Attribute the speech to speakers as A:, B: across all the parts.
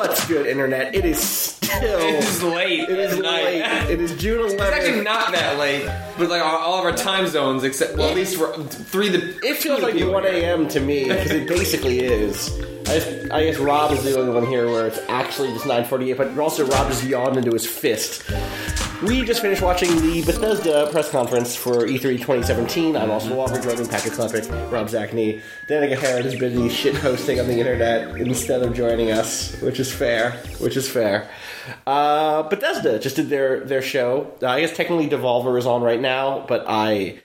A: What's good, internet? It is still.
B: It is late.
A: It is
B: at night.
A: late. It is June 11th.
B: It's actually not that late, but like all- all of our time zones, except well, at least we're three. The
A: It feels like 1 a.m. to me because it basically is. I, just, I guess Rob is the only one here where it's actually just 9:48, but also Rob just yawned into his fist. We just finished watching the Bethesda press conference for E E3 2017. I'm also Walter joining Patrick Klepek, Rob Zachney. Danica Harrod is busy shit hosting on the internet instead of joining us, which is fair. Which is fair. Uh, Bethesda just did their their show. Uh, I guess technically Devolver is on right now, but I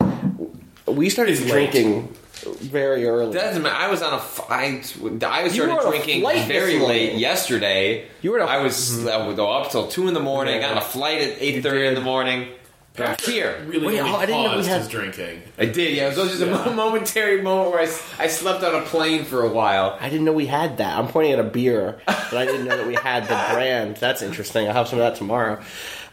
A: we started
B: It's late.
A: drinking very early.
B: That doesn't matter. I was on a fight.
A: You
B: I
A: were
B: started
A: on a
B: drinking
A: flight
B: very
A: this
B: late
A: morning.
B: yesterday.
A: You were on a- Mm-hmm.
B: I was I would go up till two in the morning. Got on a flight at eight thirty in the morning. Got here.
C: really
A: Wait,
C: only
A: oh, I didn't know we
C: paused
A: had-
C: his drinking.
B: I did. Yeah, it was just a mo- momentary moment where I, s- I slept on a plane for a while.
A: I didn't know we had that. I'm pointing at a beer, but I didn't know that we had the brand. That's interesting. I'll have some of that tomorrow.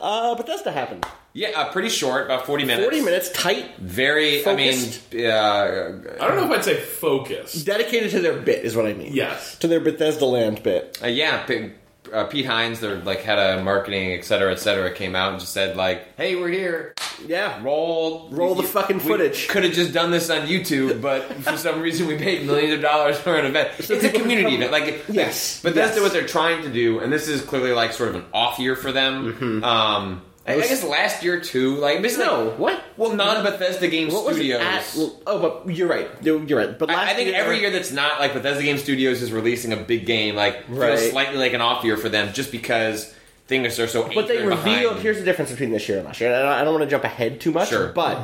A: Uh, Bethesda happened.
B: Yeah, uh, pretty short, about forty minutes.
A: 40 minutes, tight,
B: Very.
A: Focused.
B: I mean, uh,
C: I don't know if I'd say focused.
A: dedicated to their bit, is what I mean.
C: Yes.
A: To their Bethesda land bit.
B: Uh, yeah, P- uh, Pete Hines, their like head of marketing, et cetera, et cetera, came out and just said like, "Hey, we're here.
A: Yeah.
B: Roll,
A: Roll the fucking footage."
B: Could have just done this on YouTube, but for some reason we paid millions of dollars for an event. it's a
A: people
B: community
A: come-
B: event, like
A: Yes,
B: But that's
A: yes.
B: what they're trying to do, and this is clearly like sort of an off year for them. Um, I, I guess last year too, like this
A: Mm-hmm. No,
B: like,
A: what?
B: Well, non Bethesda game
A: What was
B: studios.
A: it at? well, Oh, but you're right. You're you're right. But last
B: I, I think every year that's not like Bethesda Game Studios is releasing a big game, like
A: Right.
B: feels slightly like an off year for them, just because things are so.
A: But they
B: anchored
A: revealed.
B: behind-
A: Here's the difference between this year and last year. And I don't- I don't want to jump ahead too much,
B: Sure.
A: but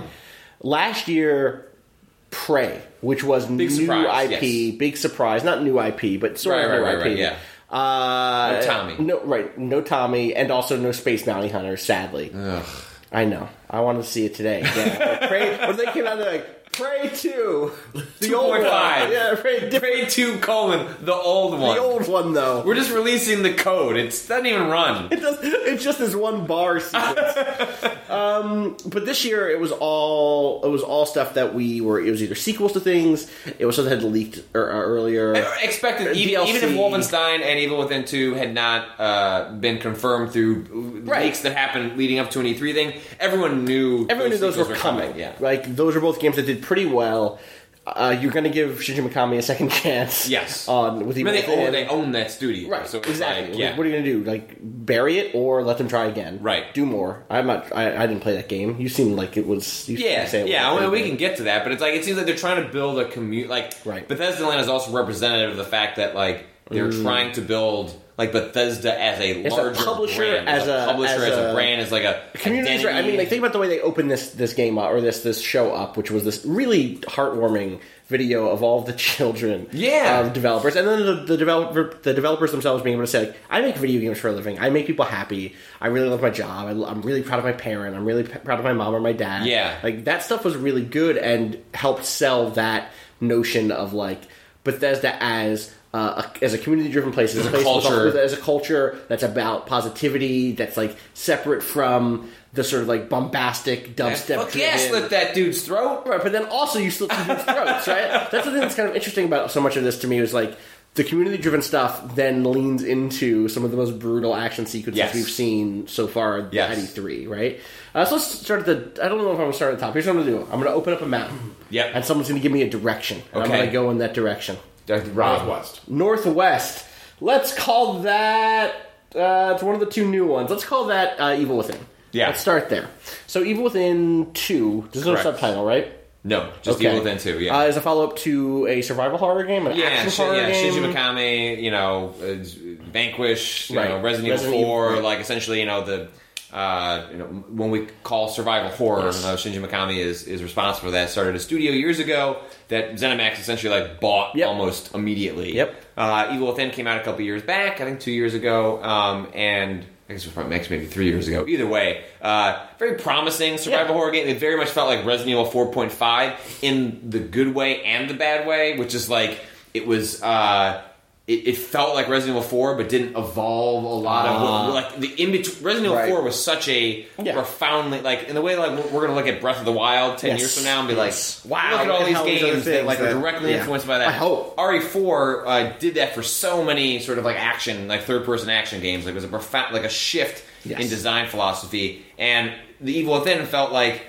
A: last year, Prey, which was new
B: surprise,
A: IP, big surprise, not new IP, but sort of
B: Right,
A: new
B: right, right,
A: IP.
B: right, yeah.
A: Uh,
B: No Tommy.
A: No, right. No Tommy, and also no Space Bounty Hunter. Sadly, I know. I wanted to see it today. Yeah. Prey. When they came out, they're like Prey Two, the old one.
B: 2.5.
A: Yeah, Prey, different,
B: Prey Two colon the old one.
A: the old one though.
B: We're just releasing the code. It doesn't even run.
A: It does, it's just this one bar sequence. um, but this year it was all it was all stuff that we were. It was either sequels to things. It was stuff that had leaked er, er, earlier.
B: Expected even,
A: DLC.
B: even if Wolfenstein and Evil Within Two had not uh, been confirmed through
A: Right.
B: leaks that happened leading up to an E3 thing, everyone knew
A: Everyone knew those
B: sequels
A: were coming.
B: Yeah,
A: like those are both games that did pretty well. Uh, you're going to give Shinji Mikami a second chance.
B: yes.
A: on with
B: I
A: Evil
B: mean, they own,
A: Within.
B: they own that studio,
A: Right,
B: So it's
A: exactly.
B: Like, yeah.
A: What are you gonna do? Like bury it or let them try again?
B: Right.
A: Do more. I'm not. I, I didn't play that game. You seemed like it was. You
B: Yeah,
A: seemed to say it
B: yeah.
A: was
B: I
A: a
B: mean,
A: good
B: we
A: game.
B: can get to that, but it's like it seems like they're trying to build a commute. Like
A: Right. Mm.
B: Bethesda Land is also representative of the fact that like they're trying to build like Bethesda as a
A: a
B: larger
A: publisher,
B: brand,
A: as a-
B: publisher,
A: as
B: as, a,
A: a-
B: brand, as like a
A: Communities, right? I mean, like think about the way they opened this this game up or this this show up, which was this really heartwarming video of all of the children,
B: Yeah.
A: of developers, and then the, the developer the developers themselves being able to say, like, "I make video games for a living. I make people happy. I really love my job. I, am really proud of my parent. I'm really p- proud of my mom or my dad.
B: Yeah.
A: like that stuff was really good and helped sell that notion of like Bethesda as. Uh, a, as a community-driven place, as a place with a-
B: culture.
A: with a- as a culture that's about positivity, that's like separate from the sort of like bombastic dubstep.
B: fuck yes,
A: driven-
B: slit that dude's throat.
A: Right, but then also you slip through throats, right? That's the thing that's kind of interesting about so much of this to me is like the community-driven stuff then leans into some of the most brutal action sequences
B: Yes.
A: we've seen so far
B: Yes.
A: at E3, right? Uh, so let's start at the. I don't know if I'm going to start at the top. Here's what I'm going to do. I'm going to open up a map.
B: Yep.
A: And someone's going to give me a direction. And I'm
B: Okay. Uh,
A: going to go in that direction.
B: Rob,
C: Northwest.
A: Northwest. Let's call that Uh, it's one of the two new ones. Let's call that uh, Evil Within.
B: Yeah.
A: Let's start there. So Evil Within 2, there's
B: Correct.
A: no subtitle, right?
B: No, just Evil Within two. Yeah,
A: Uh, is a follow-up to a survival horror game, an
B: yeah,
A: action
B: Shin-
A: horror
B: yeah.
A: game.
B: Shinji Mikami, you know, uh, Vanquish, you
A: Right.
B: know, Resident,
A: Resident
B: Evil
A: Evil,
B: Four,
A: right.
B: like essentially, you know, the uh, you know when we call survival horror, uh, Shinji Mikami is is responsible for that. Started a studio years ago that ZeniMax essentially like bought
A: Yep.
B: almost immediately.
A: Yep.
B: Uh, Evil Within came out a couple years back, I think two years ago, um, and. I guess it was probably Max maybe three years ago. Either way, uh, very promising survival
A: Yeah.
B: horror game. It very much felt like Resident Evil 4.5 in the good way and the bad way, which is like it was. Uh, it, it felt like Resident Evil 4, but didn't evolve a lot of like the in between. Resident Evil
A: Ah. Right.
B: 4 was such a
A: Yeah.
B: profoundly like in the way like we're, we're gonna look at Breath of the Wild ten
A: Yes.
B: years from now and be
A: Yes.
B: like, wow, look at
A: and
B: all these
A: how these other
B: games that
A: things
B: like are
A: that-
B: directly
A: yeah.
B: influenced by that.
A: I hope.
B: RE4 uh, did that for so many sort of like action, like third person action games. Like it was a profound, like a shift
A: Yes.
B: in design philosophy. And the Evil Within felt like,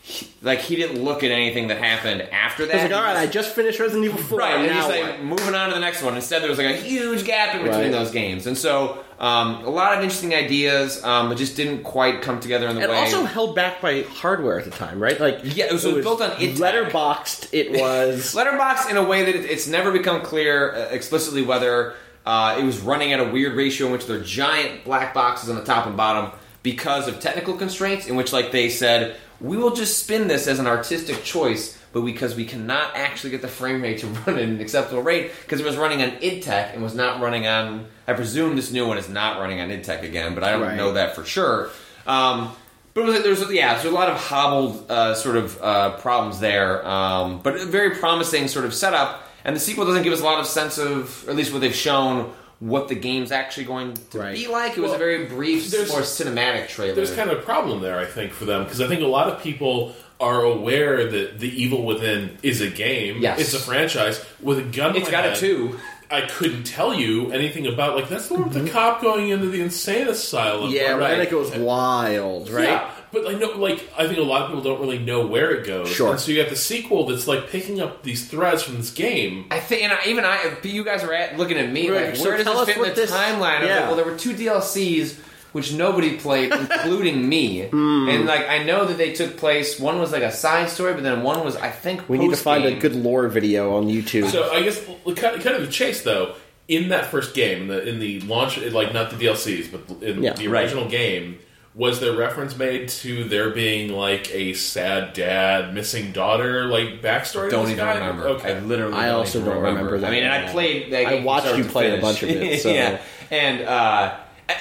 B: he, like he didn't look at anything that happened after that.
A: I was like,
B: He
A: all right,
B: just-
A: I just finished Resident Evil 4.
B: Right, and
A: now
B: he's
A: what?
B: like moving on to the next one. Instead, there was like a huge gap in between
A: Right.
B: those games, and so um, a lot of interesting ideas, um, but just didn't quite come together in the
A: And
B: way.
A: also held back by hardware at the time, right? Like
B: Yeah, it was- it was built on id tech.
A: letterboxed. It was
B: Letterbox in a way that it, it's never become clear uh, explicitly whether uh, it was running at a weird ratio in which they're giant black boxes on the top and bottom because of technical constraints, in which like they said, we will just spin this as an artistic choice, but because we cannot actually get the frame rate to run at an acceptable rate, because it was running on id Tech and was not running on. I presume this new one is not running on id Tech again, but I don't
A: Right.
B: know that for sure. Um, but it was, there's yeah, there's a lot of hobbled uh, sort of uh, problems there, um, but a very promising sort of setup. And the sequel doesn't give us a lot of sense of, or at least what they've shown, what the game's actually going to
A: Right.
B: be like. It was a very brief,
C: there's-
B: more cinematic trailer.
C: There's kind of a problem there, I think, for them because I think a lot of people are aware that the Evil Within is a game.
B: Yes.
C: it's a franchise with a gun. to
B: it's
C: my
B: got a
C: head,
B: two.
C: I couldn't tell you anything about like that's the one with the cop going into the insane asylum.
A: Mm-hmm. yeah,
C: right.
A: right. It goes wild, right?
C: Yeah, but like no, like I think a lot of people don't really know where it goes.
A: Sure.
C: And so you have the sequel that's like picking up these threads from this game.
B: I think, and I, even I, but you guys are at, looking at me
A: Right,
B: like,
A: so
B: where does
A: tell
B: this
A: us
B: fit in
A: what
B: the
A: this-
B: timeline? I was like,
A: yeah.
B: well, there were two DLCs which nobody played, including me.
A: Hmm.
B: And like, I know that they took place. One was like a side story, but then one was, I think,
A: We need to find a
B: post-game.
A: good lore video on YouTube.
C: So I guess well, cut kind of the chase though. In that first game, in the, in the launch, like not the DLCs, but in
A: Yeah,
C: the
A: right.
C: original game, was there reference made to there being like a sad dad, missing daughter, like backstory? to
B: Don't
C: this
B: even
C: guy?
B: remember. I
C: Okay,
B: literally.
A: I also
B: even
A: don't remember that
B: I mean, and I
A: at all.
B: played. That
A: I
B: game
A: watched
B: start
A: you
B: to
A: play a
B: finish.
A: bunch of it, so-
B: yeah, and uh, I,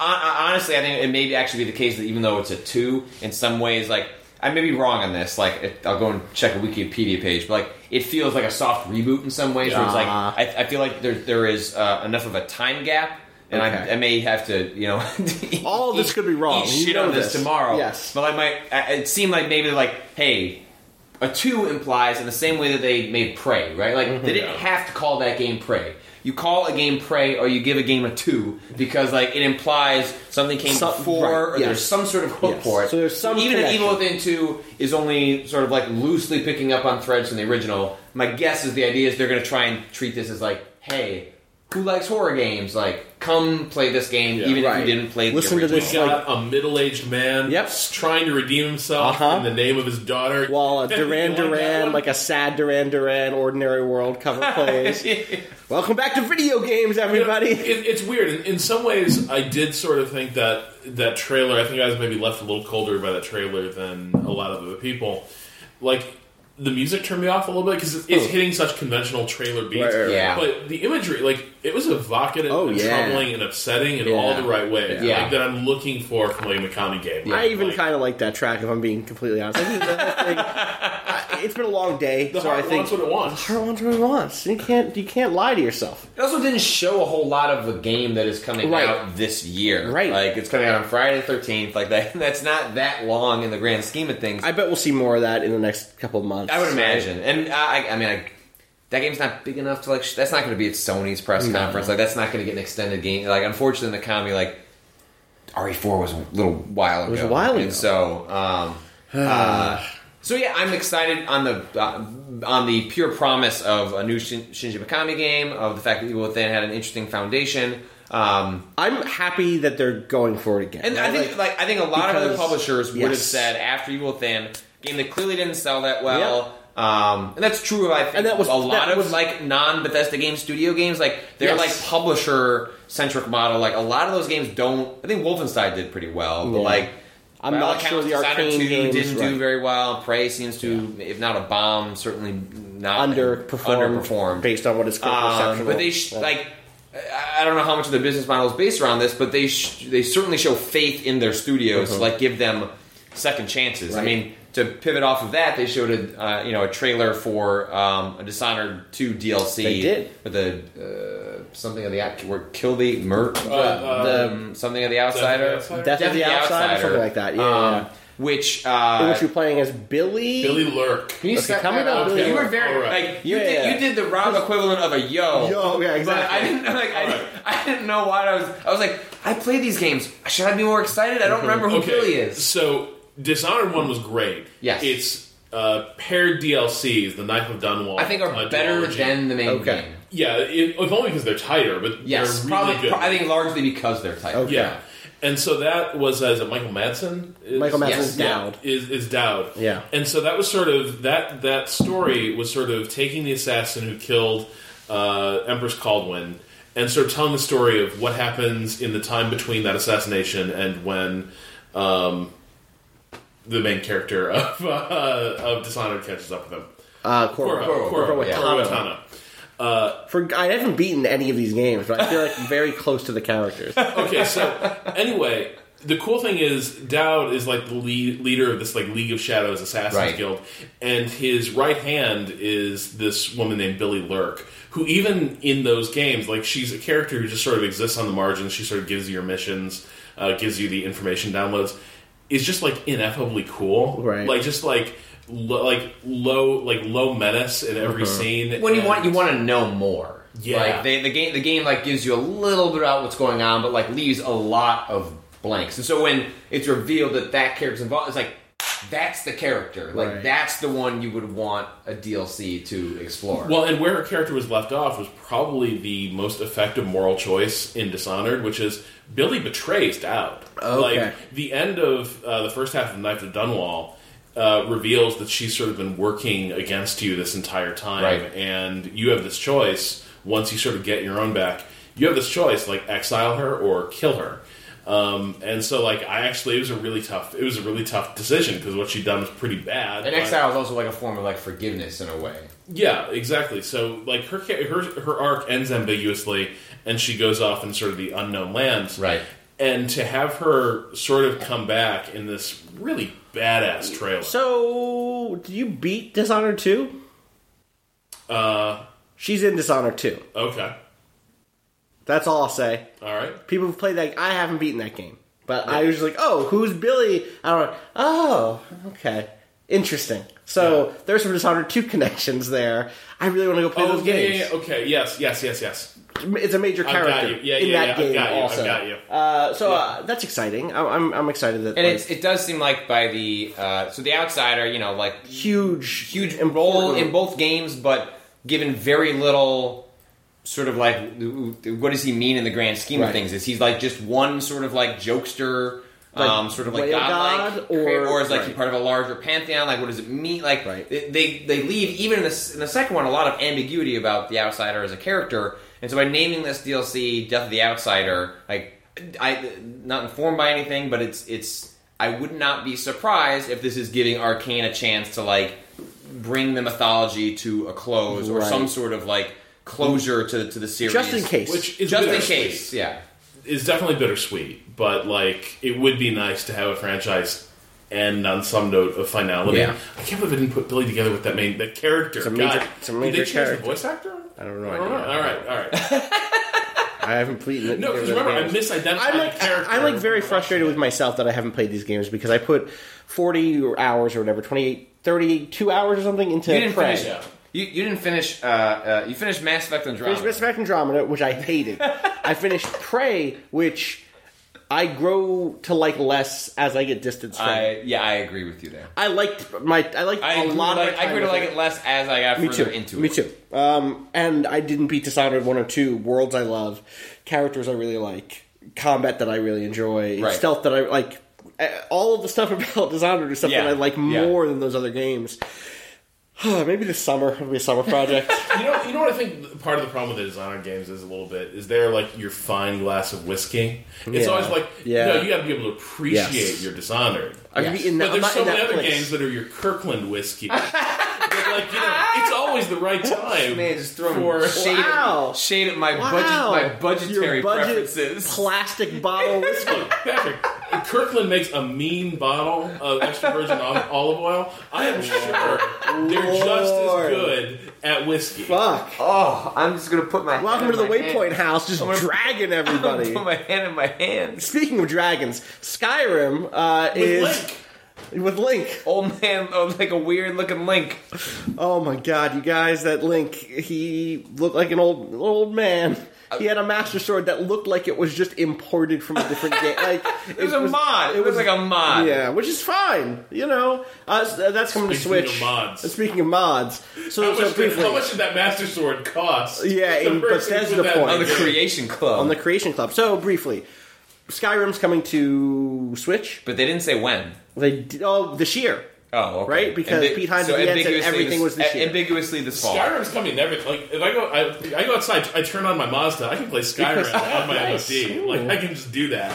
B: I, honestly, I think it may be actually be the case that even though it's a two, in some ways, like I may be wrong on this. Like it, I'll go and check a Wikipedia page, but like it feels like a soft reboot in some ways. Where it's like
A: Ah.
B: I, I feel like there there is uh, enough of a time gap. And I,
A: Okay.
B: I may have to, you know,
A: All this could be wrong.
B: Eat
A: You
B: shit
A: know
B: on this
A: this.
B: tomorrow.
A: Yes.
B: but I might. I- It seemed like maybe like, hey, a two implies in the same way that they made Prey, right? Like
A: Mhm.
B: they didn't have to call that game Prey. You call a game Prey or you give a game a two because like it implies something came
A: Some-
B: before
A: right,
B: or
A: yes.
B: there's some sort of hook
A: Yes.
B: for it.
A: So there's some
B: even if Evil
A: connection.
B: Within two is only sort of like loosely picking up on threads from the original. My guess is the idea is they're going to try and treat this as like, hey. Who likes horror games? Like, come play this game,
C: Yeah,
B: even
A: right.
B: if you didn't play. The
A: Listen to
B: original.
A: this,
C: He's got a middle-aged man
A: Yep.
C: trying to redeem himself
A: Uh-huh.
C: in the name of his daughter.
A: While a
C: You
A: Duran
C: want that
A: Duran,
C: one?
A: like a sad Duran Duran, Ordinary World cover plays. Welcome back to video games, everybody.
C: It, it's weird. In, in some ways, I did sort of think that that trailer. I think I was maybe left a little colder by that trailer than a lot of other people. Like the music turned me off a little bit because it's hitting such conventional trailer beats.
A: Oh. Right, right, right.
B: Yeah.
C: But the imagery, like it was evocative,
A: Oh,
C: and
A: yeah.
C: troubling, and upsetting in all
A: Yeah.
C: the right ways.
B: Yeah.
C: Like, that I'm looking for from like a Mikami game.
A: I even
C: Like,
A: kind of like that track, if I'm being completely honest. I think that thing- I- it's been a long day,
C: the
A: so
C: heart
A: I think
C: wants what it wants.
A: heart wants what it wants. You can't, you can't lie to yourself.
B: It also didn't show a whole lot of the game that is coming
A: Right.
B: out this year.
A: Right.
B: Like it's coming out on Friday the thirteenth. Like that that's not that long in the grand scheme of things.
A: I
B: I,
A: bet we'll see more of that in the next couple of months.
B: would imagine. And I I I mean I that game's not big enough to like. Sh- that's not going to be at Sony's press conference. Like, that's not going to get an extended game. Like, unfortunately, Nakami like RE4 was a little while ago.
A: was a while ago.
B: And so, um, uh, so yeah, I'm excited on the uh, on the pure promise of a new Shin- Shinji Mikami game, of the fact that Evil Within had an interesting foundation. Um,
A: I'm happy that they're going for it again.
B: and I
A: Right?
B: think like, I think a lot of other
A: because-
B: publishers would have
A: yes.
B: said after Evil Within, game that clearly didn't sell that well. Um, and that's true. of, I think
A: And that was-
B: a lot
A: that
B: of
A: was-
B: like non Bethesda game studio games, like they're
A: Yes.
B: like publisher centric model. Like a lot of those games don't. I think Wolfenstein did pretty well, but
A: Yeah.
B: like
A: I'm
B: by all
A: not sure
B: accounts,
A: the
B: Dishonored
A: Arcane
B: 2
A: games,
B: didn't
A: right.
B: do very well. Prey seems to, if not a bomb, certainly not
A: underperformed,
B: underperformed.
A: based on what its critical
B: Um,
A: perception
B: but they
A: was.
B: sh-
A: Yeah.
B: like I I don't know how much of their business model is based around this, but they sh- they certainly show faith in their studios to like give them second chances. I
A: Mm-hmm. Right.
B: mean, to pivot off of that, they showed a uh, you know a trailer for um, a Dishonored two DLC.
A: They did.
B: with a uh, something of the out- where kill the mur-
C: uh,
B: the, um, something of the outsider,
C: Outsider?
A: Death of the Outsider,
B: Outsider,
A: something like that. Yeah,
B: um,
A: yeah.
B: which uh,
A: in which you're playing as Billy.
C: Billy Lurk.
B: can you
A: Okay,
B: step
A: tell me
B: that
A: about
B: up?
A: Billy
B: You were
A: Lurk.
B: very
C: All right.
B: like you,
A: Yeah,
B: did,
A: yeah.
B: you did the round equivalent of a yo.
A: Yo, yeah,
B: But I
A: exactly.
B: didn't like. I,
C: All right.
B: I didn't know why I was. I was like, I play these games. Should I be more excited? I don't remember who Billy is.
C: So Dishonored one was great.
B: Yes.
C: it's uh, paired DLCs, the Knife of Dunwall.
B: I think are
C: uh,
B: better
C: duology.
B: than the main
A: Okay.
B: game.
C: yeah, it, if only because they're tighter, but
B: Yes,
C: they're really
B: probably.
C: good.
B: pro- I think largely because they're tight.
A: Okay.
C: yeah. And so that was as a Michael Madsen. Is,
A: Michael Madsen's
B: Yes, yeah.
A: Dowd.
C: is is Dowd.
A: Yeah.
C: And so that was sort of that that story was sort of taking the assassin who killed uh, Empress Caldwin and sort of telling the story of what happens in the time between that assassination and when um, the main character of uh, of Dishonored catches up with him.
A: Uh, Corvo.
C: Corvo,
A: Corvo
C: Corvo,
A: Watano.
C: Corvo Watano.
A: For I haven't beaten any of these games, but I feel like very close to the characters.
C: okay, so anyway, the cool thing is Dowd is like the lead, leader of this like League of Shadows Assassins
B: Right.
C: Guild, and his right hand is this woman named Billy Lurk, who even in those games, like she's a character who just sort of exists on the margins. She sort of gives you your missions, uh, gives you the information downloads. Is just like ineffably cool,
A: Right.
C: Like just like lo- like low like low menace in every scene.
B: When you
C: and-
B: want, you want to know more.
C: Yeah.
B: Like they, the game, the game like gives you a little bit about what's going on, but like leaves a lot of blanks. And so when it's revealed that that character's involved, it's like that's the character. Like
A: Right.
B: that's the one you would want a DLC to explore.
C: Well, and where her character was left off was probably the most effective moral choice in Dishonored, which is Billy betrays Dowd.
A: Okay.
C: Like the end of uh, the first half of Knife of Dunwall uh, reveals that she's sort of been working against you this entire time,
B: Right.
C: and you have this choice. Once you sort of get your own back, you have this choice: like exile her or kill her. Um, and so, like, I actually it was a really tough it was a really tough decision because what she'd done was pretty bad.
B: And
C: but-
B: exile is also like a form of like forgiveness in a way.
C: yeah, exactly. So like her ca- her her arc ends ambiguously, and she goes off in sort of the unknown lands.
B: Right.
C: And to have her sort of come back in this really badass trailer.
A: So, did you beat Dishonored 2? Uh, she's in Dishonored 2.
C: Uh, okay.
A: That's all I'll say.
C: All right.
A: People have played that. I haven't beaten that game, but I was just like, "Oh, who's Billy?" I don't. know. Oh, okay, interesting. So there's some Dishonored two connections there. I really want to go play
C: Oh
A: those
C: yeah,
A: games.
C: yeah, yeah, Okay. Yes. Yes. Yes. Yes.
A: It's a major
C: I've got
A: character
C: you. Yeah,
A: in
C: yeah,
A: that
C: yeah, I've
A: game.
C: got you, I've
A: also,
C: got you.
A: Uh, so uh, that's exciting. I- I'm I'm excited that
B: And
A: like,
B: it's, it does seem like by the uh, so the outsider, you know, like
A: huge,
B: huge role
A: important-
B: in both games, but given very little sort of like what does he mean in the grand scheme
A: Right.
B: of things? Is he's like just one sort of like jokester,
A: Like,
B: um, sort of like
A: way of
B: godlike,
A: God, or-
B: is like he
A: right.
B: part of a larger pantheon? Like what does it mean? Like
A: Right.
B: they- they they leave even in the, s- in the second one a lot of ambiguity about the outsider as a character, and so by naming this DLC "Death of the Outsider," like I not informed by anything, but it's it's. I would not be surprised if this is giving Arcane a chance to like bring the mythology to a close or
A: Right.
B: some sort of like closure to to the series.
A: just in case.
C: Which is
B: just in
C: bittersweet.
B: case, yeah.
C: is definitely bittersweet, but like it would be nice to have a franchise end on some note of finality.
B: Yeah.
C: I can't believe they didn't put Billy together with that main that character.
A: a major-
C: God.
A: it's a major
C: Did they change
A: character.
C: the voice actor?
A: I don't know.
C: I don't know. All right, all right.
A: I haven't played. it.
C: No, because remember, I misidentified
A: I'm like
C: the character.
A: I'm like very frustrated with myself that I haven't played these games because I put 40 hours or whatever 28 32 hours or something into
B: You didn't
A: Prey.
B: finish.
C: Yeah.
B: You, you didn't finish. Uh, uh, you finished Mass Effect
A: Finished
B: Andromeda.
A: Mass Effect Andromeda, which I hated. I finished Prey, which I grow to like less as I get distance from. it.
B: I yeah, I agree with you there.
A: I liked my I liked
B: I
A: a
B: agree,
A: lot.
B: like,
A: of my time
B: I grew to
A: with
B: like it less as I got
A: Me
B: further
A: too.
B: into
A: Me
B: it.
A: too. Um, and I didn't beat Dishonored one or two. Worlds I love, characters I really like, combat that I really enjoy,
B: Right.
A: stealth that I like. uh, All of the stuff about Dishonored is stuff
B: Yeah.
A: that I like
B: Yeah.
A: more than those other games. Maybe this summer it'll be a summer project.
C: You know, you know what I think. Part of the problem with the designer games is a little bit is they're like your fine glass of whiskey.
A: Yeah.
C: It's always like
A: Yeah.
C: no, you got to be able to appreciate
A: Yes.
C: your Dishonored.
A: I'm
B: Yes.
A: in that-
C: but
A: I'm
C: there's
A: not
C: so
A: in that
C: many other
A: place.
C: games that are your Kirkland whiskey. That, like you know, it's always the right time.
B: Man, just throwing
C: for
B: shade,
A: Wow.
B: at, shade at my
A: Wow.
B: budget, my budgetary
A: Your budget
B: preferences.
A: Plastic bottle whiskey.
C: Look, Patrick, Kirkland makes a mean bottle of extra virgin ol- olive oil. I am sure they're just as
A: Lord.
C: good at whiskey.
A: Fuck.
B: oh, I'm just gonna put my
A: Welcome
B: hand
A: to the
B: in my
A: Waypoint
B: hand.
A: House, just
B: gonna-
A: dragging
B: I'm gonna
A: everybody.
B: Put my hand in my hands.
A: Speaking of dragons, Skyrim uh,
C: With
A: is
C: Link.
A: with Link.
B: Old man, oh, like a weird looking link.
A: Oh my god, you guys! That Link, he looked like an old old man. He had a master sword that looked like it was just imported from a different game. Like
B: It was, a mod. It was, like a mod.
A: yeah, which is fine. You know, uh, s- uh, that's coming
C: Speaking
A: to Switch.
C: of mods.
A: Speaking of mods, so, so
C: How much, did,
A: briefly
C: how much did that Master Sword cost?
A: Yeah,
C: The
A: in
C: person who
A: Bethesda
C: put that
A: point.
B: On
C: in
B: the
C: there.
B: Creation Club.
A: on the Creation Club. So briefly, Skyrim's coming to Switch.
B: but they didn't say when.
A: They d- oh this year.
B: Oh, okay.
A: Right? Because
B: Ambi-
A: Pete Hines at the end said
B: ambiguously
A: everything was this
B: a-
A: year.
B: Ambiguously this fall.
C: Skyrim's coming and everything. Like if I go, I, I go outside. I turn on my Mazda. I can play Skyrim on my
A: Nice.
C: MOD. Like I can just do that.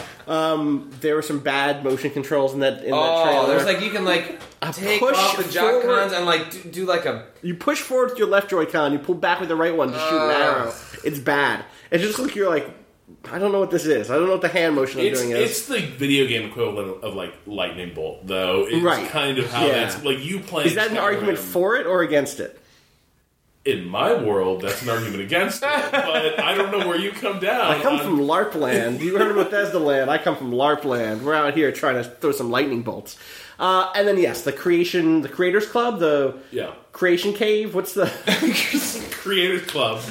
A: There were some bad motion controls in that in that
B: Oh,
A: trailer.
B: there's like you can like take
A: push
B: off the jock
A: forward.
B: cons and like do, do like a
A: You push forward with your left Joy-Con, you pull back with the right one to shoot an arrow. It's bad. It's just like you're like, I don't know what this is. I don't know what the hand motion I'm
C: It's,
A: doing is.
C: it's the video game equivalent of like lightning bolt, though. It's
A: Right.
C: kind of how
A: Yeah.
C: that's like you play.
A: Is that an argument for it or against it?
C: In my world, that's an argument against it. But I don't know where you come down.
A: I
B: Um,
A: come
C: on-
A: from LARP land. You heard of Bethesda land. I come from LARP land. We're out here trying to throw some lightning bolts. Uh, and then yes, the creation, the creators club, the
C: yeah,
A: creation cave. What's the?
C: Creators Club.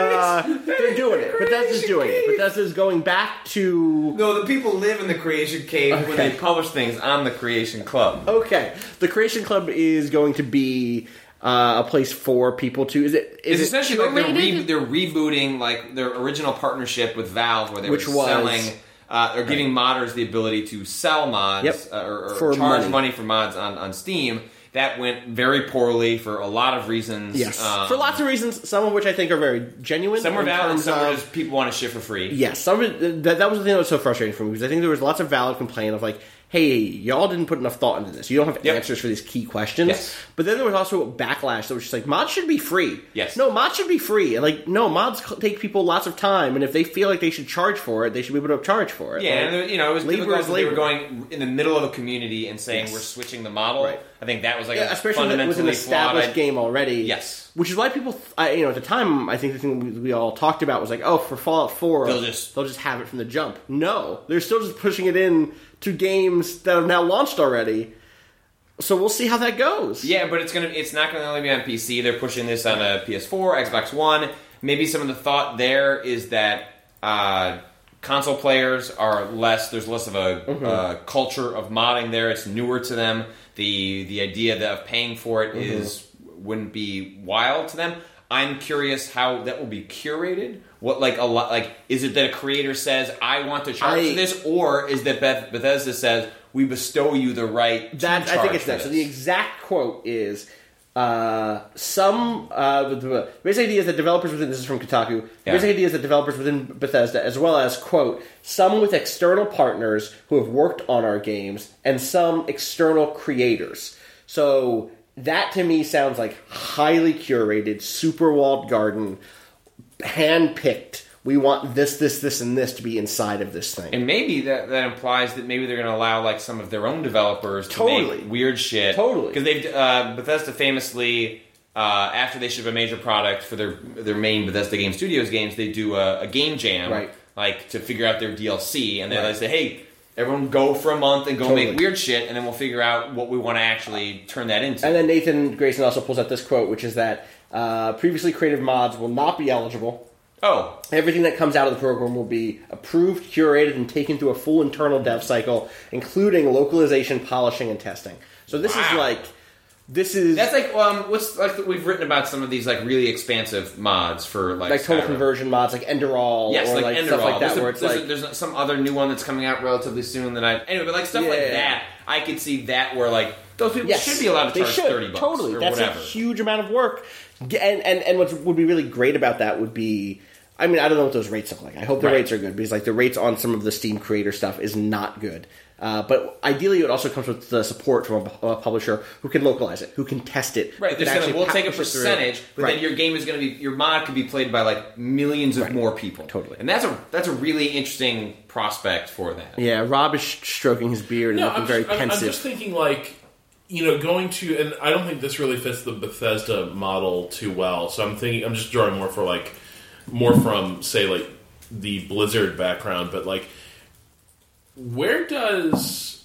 B: Uh,
A: they're doing it. Bethesda's doing it. Bethesda's going back to
B: No, the people live in the Creation Cave when
A: Okay.
B: they publish things on the Creation Club.
A: Okay, the Creation Club is going to be uh, a place for people to. Is it? Is
B: It's
A: it
B: essentially like they're, re-
A: curated?
B: they're rebooting like their original partnership with Valve, where they
A: Which
B: were
A: was-
B: selling uh, or giving modders the ability to sell mods
A: Yep.
B: uh, or, or
A: For
B: charge
A: money.
B: money. for mods on, on Steam. That went very poorly for a lot of reasons.
A: Yes,
B: Um,
A: for lots of reasons, some of which I think are very genuine.
B: some were
A: in
B: valid, and
A: terms
B: some were
A: of-
B: just people want to shit for free.
A: Yes, some of it, that, that was the thing that was so frustrating for me because I think there was lots of valid complaint of like, hey, y'all didn't put enough thought into this. You don't have
B: Yep.
A: answers for these key questions.
B: Yes.
A: But then there was also a backlash that was just like, mods should be free.
B: Yes.
A: No, mods should be free. And like, no, mods c- take people lots of time, and if they feel like they should charge for it, they should be able to charge for it.
B: Yeah,
A: Like,
B: and there- you know, it was
A: labor
B: difficult
A: is
B: that they were
A: labor.
B: going in the middle of a community and saying
A: Yes.
B: we're switching the model.
A: Right.
B: I think that was like
A: Yeah,
B: a
A: especially when it was an
B: fundamentally flawed
A: established
B: idea.
A: game already.
B: Yes.
A: which is why people, th- I, you know, at the time, I think the thing we, we all talked about was like, oh, for Fallout Four,
B: They'll just-
A: they'll just have it from the jump. No, they're still just pushing it in to games that have now launched already. So we'll see how that goes.
B: Yeah, but it's gonna it's not gonna only be on PC. They're pushing this on uh, a PS4, Xbox One. Maybe some of the thought there is that uh, console players are less. There's less of a
A: Mm-hmm.
B: uh, culture of modding there. It's newer to them. the The idea that of paying for
A: Mm-hmm.
B: it is- wouldn't be wild to them. I'm curious how that will be curated. What like a lot like is it that a creator says I want to charge
A: I-
B: for this, or is that Beth- Bethesda says we bestow you the right?
A: that
B: to
A: I think
B: charge
A: it's
B: for
A: that. So
B: this."
A: the exact quote is uh, some uh, the- the basic idea is that developers within this is from Kotaku. The
B: Yeah.
A: basic idea is that developers within Bethesda, as well as quote some with external partners who have worked on our games, and some external creators. So that to me sounds like highly curated, super walled garden, handpicked. We want this, this, this, and this to be inside of this thing.
B: And maybe that, that implies that maybe they're going to allow like some of their own developers to
A: Totally.
B: make weird shit.
A: Totally.
B: because they've uh, Bethesda famously uh, after they ship a major product for their their main Bethesda Game Studios games, they do a, a game jam,
A: Right.
B: Like to figure out their DLC, and they
A: Right.
B: like say, "Hey, everyone, go for a month and go
A: Totally.
B: make weird shit, and then we'll figure out what we want to actually turn that into."
A: And then Nathan Grayson also pulls out this quote, which is that uh, previously created mods will not be eligible
B: Oh,
A: Everything that comes out of the program will be approved, curated, and taken through a full internal dev cycle, including localization, polishing, and testing. So this is
B: Wow.
A: like, this is
B: that's like um, what's like that we've written about some of these like really expansive mods for like
A: like total
B: Skyrim.
A: conversion mods, like Enderall,
B: Yes,
A: or
B: like,
A: like, stuff
B: Enderall.
A: like that,
B: there's, a-
A: where it's
B: there's, a-
A: like
B: there's some other new one that's coming out relatively soon that I anyway, but like stuff like
A: Yeah.
B: that, I could see that where like those people
A: Yes,
B: should be allowed to
A: they
B: charge
A: should,
B: thirty bucks
A: Totally,
B: or
A: that's
B: whatever.
A: a huge amount of work. G- And and and what would be really great about that would be, I mean, I don't know what those rates look like. I hope the
B: Right.
A: rates are good because like the rates on some of the Steam creator stuff is not good. Uh, but ideally, it also comes with the support from a, a publisher who can localize it, who can test it.
B: Right,
A: who
B: they're
A: can
B: saying
A: actually
B: we'll take a
A: push it through.
B: percentage, but
A: Right.
B: then your game is going to be your mod could be played by like millions of
A: Right.
B: more people.
A: Totally.
B: and that's a that's a really interesting prospect for that.
A: yeah, Rob is stroking his beard and
C: No,
A: looking
C: I'm
A: very
C: just, I'm- I'm,
A: pensive.
C: just thinking like you know going to and I don't think this really fits the Bethesda model too well. So I'm thinking I'm just drawing more for like more from say like the Blizzard background, but like where does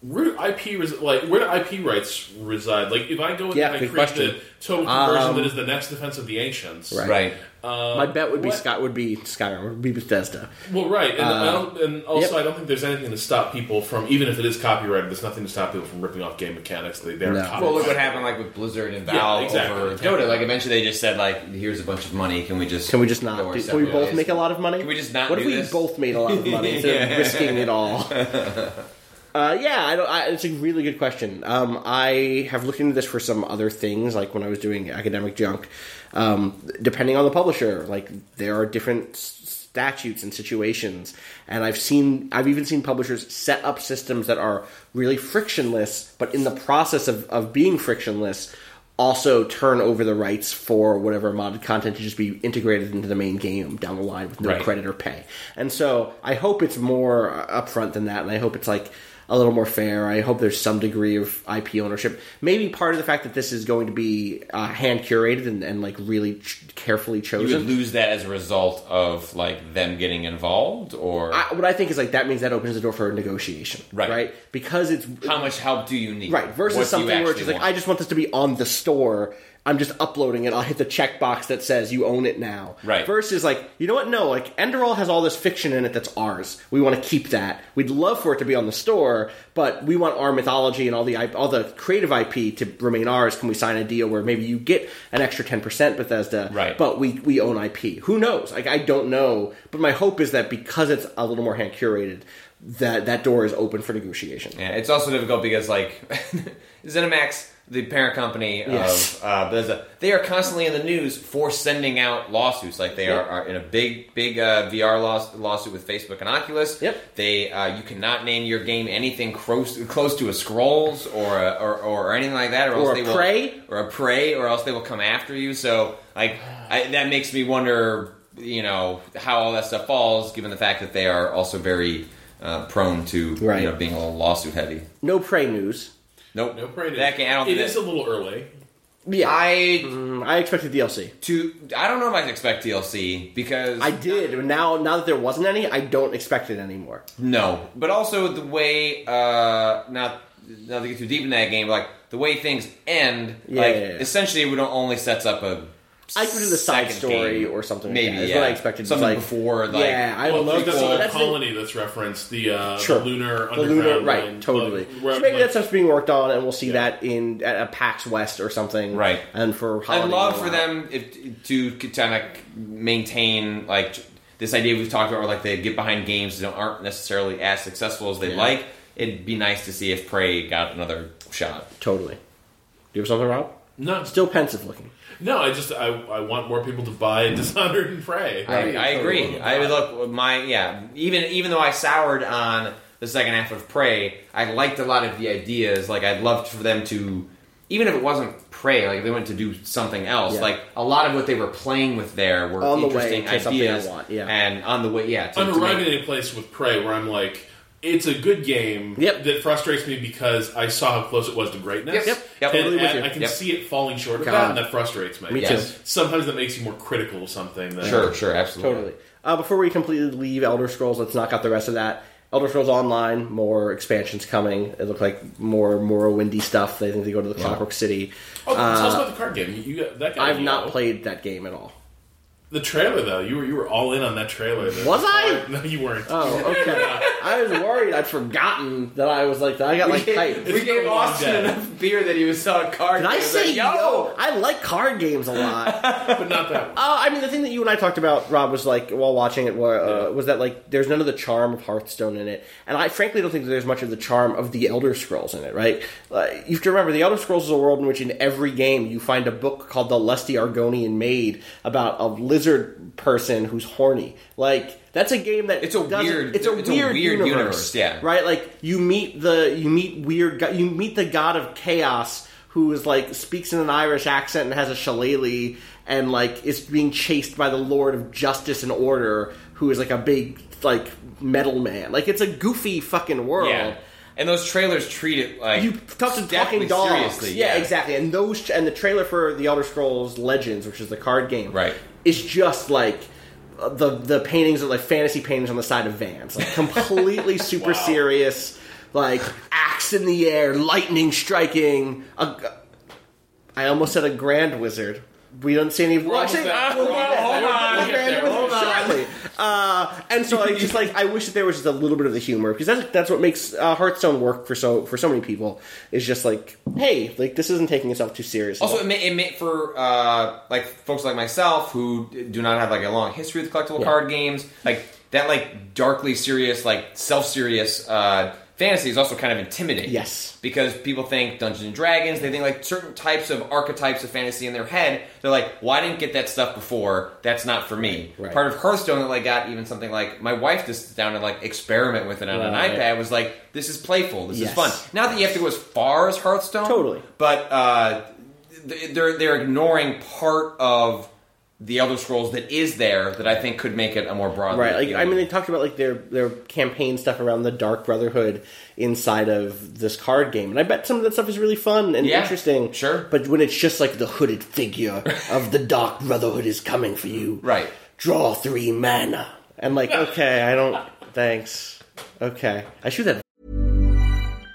C: where do IP res- like where do IP rights reside? Like if I go and
A: Yeah,
C: I
A: good
C: create
A: question.
C: the total conversion
A: Um,
C: that is the next defense of the ancients,
A: Right.
B: Right.
A: My bet would be
C: what-
A: Scott would be Skyrim would be Bethesda.
C: Well, right, and, I don't, and also
A: Uh, yep.
C: I don't think there's anything to stop people from, even if it is copyrighted, there's nothing to stop people from ripping off game mechanics. They, they're
A: No.
C: copyrighted.
B: Well, look what happened like with Blizzard and Valve
C: Yeah, exactly.
B: over Dota. Like eventually they just said like, here's a bunch of money. Can we just
A: Can we just not?
B: go our
A: Do, can we
B: separate
A: both
B: ways?
A: make a lot of money?
B: Can we just not
A: What
B: do
A: if we
B: this?
A: both made a lot of money instead of risking it all? Uh, yeah, I don't. I, it's a really good question. Um, I have looked into this for some other things, like when I was doing academic junk. Um, depending on the publisher, like there are different s- statutes and situations, and I've seen, I've even seen publishers set up systems that are really frictionless, but in the process of, of being frictionless, also turn over the rights for whatever modded content to just be integrated into the main game down the line with no
B: Right.
A: credit or pay. And so I hope it's more uh, upfront than that, and I hope it's like a little more fair. I hope there's some degree of IP ownership. Maybe part of the fact that this is going to be uh, hand curated and, and like really ch- carefully
B: You would
A: chosen.
B: lose that as a result of like them getting involved, or
A: I, what I think is like that means that opens the door for negotiation,
B: Right.
A: Right? Because it's
B: how much help do you need?
A: Right, versus
B: What do you
A: something where it's
B: actually
A: just like, I
B: want?
A: just want this to be on the store. I'm just uploading it. I'll hit the checkbox that says you own it now.
B: Right.
A: Versus like, you know what? No, like Enderall has all this fiction in it that's ours. We want to keep that. We'd love for it to be on the store, but we want our mythology and all the IP, all the creative IP to remain ours. Can we sign a deal where maybe you get an extra ten percent Bethesda?
B: Right.
A: But we we own IP. Who knows? Like I don't know. But my hope is that because it's a little more hand curated, that that door is open for negotiation.
B: Yeah, it's also difficult because like ZeniMax, the parent company
A: Yes.
B: of uh, Bethesda, they are constantly in the news for sending out lawsuits. Like they are, are in a big, big uh, VR laws, lawsuit with Facebook and Oculus.
A: Yep.
B: They uh, you cannot name your game anything close close to a Scrolls or a, or, or anything like that, or,
A: Or
B: else
A: a
B: they will,
A: Prey.
B: or a prey, or else they will come after you. So like I, that makes me wonder, you know, how all that stuff falls, given the fact that they are also very. Uh, prone to
A: Right.
B: you know, being a little lawsuit heavy.
A: No prey news.
B: Nope.
C: No parade.
B: That game, I don't
C: It
B: think
C: is a little early.
A: Yeah.
B: I
A: Mm, I expected DLC.
B: to I don't know if I can expect DLC because
A: I did. but Now, now that there wasn't any, I don't expect it anymore.
B: no, but also the way uh not not to get too deep in that game, but like the way things end,
A: Yeah,
B: like
A: yeah, yeah.
B: essentially it would only sets up a
A: I could do the side
B: second
A: story
B: game.
A: or something like
B: Maybe
A: that, is
B: yeah.
A: what I expected.
B: Something
A: It's like-
B: before like
A: yeah, I
C: Well,
A: love
C: that's
B: prequel.
C: the
A: That's the-
C: colony that's referenced. The, uh,
A: Sure.
C: the lunar
A: the lunar,
C: underground
A: right?
C: line,
A: totally.
C: like, where-
A: So maybe
C: like-
A: that stuff's being worked on, and we'll see that in at, at PAX West or something,
B: Right.
A: And for
B: I'd
A: holiday
B: love for
A: rollout.
B: them if, to kind of maintain like this idea we've talked about, where like they get behind games that aren't necessarily as successful as they
A: Yeah.
B: like. It'd be nice to see if Prey got another shot.
A: totally. Do you have something, Rob?
C: No,
A: Still pensive looking.
C: no. I just I, I want more people to buy Dishonored and Prey.
B: I, I agree. I would look my yeah. Even even though I soured on the second half of Prey, I liked a lot of the ideas. Like I'd love for them to, even if it wasn't Prey, like if they went to do something else.
A: Yeah.
B: Like a lot of what they were playing with there were
A: On the way
B: interesting
A: to something I
B: ideas.
A: want, yeah.
B: and on the way, yeah. To,
C: I'm
B: to make-
C: arriving at a place with Prey where I'm like, it's a good game
A: Yep.
C: that frustrates me because I saw how close it was to greatness.
B: Yep, yep, yep.
C: And
B: Totally with
C: and
A: you.
C: I can
B: Yep.
C: see it falling short of that,
A: God.
C: and that frustrates me.
A: Me
B: Yes.
A: too.
C: Sometimes that makes you more critical of something. Than
B: Sure, sure, absolutely.
A: Totally. Uh, before we completely leave Elder Scrolls, let's knock out the rest of that. Elder Scrolls Online, more expansions coming. It looked like more Morrowindy stuff. They think they go to the Clockwork City.
C: Oh, tell us about the card game. You, you got that guy.
A: Uh, I've
C: you
A: not
C: know.
A: played that game at all.
C: The trailer though, you were you were all in on that trailer. though.
A: Was I?
C: No, you weren't.
A: Oh, okay. I was worried. I'd forgotten that I was like that. I got like hyped.
B: we gave
C: been a long day.
B: Austin enough beer that he was selling cards.
A: Did I
B: He was
A: say
B: like,
A: yo? I like card games a lot.
C: but not that one.
A: Uh, I mean, the thing that you and I talked about, Rob, was like while watching it, were, uh, was that like there's none of the charm of Hearthstone in it, and I frankly don't think that there's much of the charm of the Elder Scrolls in it. Right? Uh, you have to remember, the Elder Scrolls is a world in which in every game you find a book called The Lusty Argonian Maid about a lizard person who's horny. Like that's a game that
B: It's a
A: doesn't-
B: weird-
A: it's a
B: it's a
A: weird,
B: weird
A: universe,
B: universe, yeah.
A: right? Like you meet the you meet weird go- you meet the god of chaos who is like speaks in an Irish accent and has a shillelagh and like is being chased by the Lord of Justice and Order who is like a big like metal man. Like it's a goofy fucking world.
B: Yeah. And those trailers treat it like
A: You talk to talking
B: definitely
A: dogs,
B: Seriously,
A: yeah, exactly. And those and the trailer for the Elder Scrolls Legends, which is the card game,
B: Right.
A: is just like uh, the the paintings are like fantasy paintings on the side of vans, like completely super serious, like axe in the air, lightning striking. A, I almost said a grand wizard. We don't see any. Well,
C: almost
A: actually,
B: uh,
C: there.
A: we'll
C: We're
A: get
C: almost
A: there.
C: there.
A: We'll
C: Hold
A: get
C: on.
A: there.
C: We'll get
A: Hold
C: there. Hold
A: on. Uh, and so like, just like I wish that there was just a little bit of the humor because that's that's what makes uh, Hearthstone work for so for so many people is just like hey like this isn't taking itself too seriously.
B: Also, it meant, it meant for uh, like folks like myself who do not have like a long history with collectible card games, like that, like darkly serious, like self-serious uh, fantasy is also kind of intimidating.
A: Yes.
B: because people think Dungeons and Dragons, they think like certain types of archetypes of fantasy in their head. They're like, "Well, I didn't get that stuff before. That's not for me."
A: Right.
B: Part of Hearthstone that I got even something like my wife just sits down and like experiment with it on
A: Right.
B: an iPad was like, "This is playful. This
A: Yes.
B: is fun." Not that you have to go as far as Hearthstone,
A: Totally.
B: but uh, th- they're they're ignoring part of the Elder Scrolls that is there that I think could make it a more broad.
A: Right, like I mean, they talked about like their their campaign stuff around the Dark Brotherhood inside of this card game, and I bet some of that stuff is really fun and
B: Yeah,
A: interesting.
B: sure.
A: but when it's just like the hooded figure of the Dark Brotherhood is coming for you,
B: Right.
A: Draw three mana, and like okay, I don't thanks. Okay, I shoot that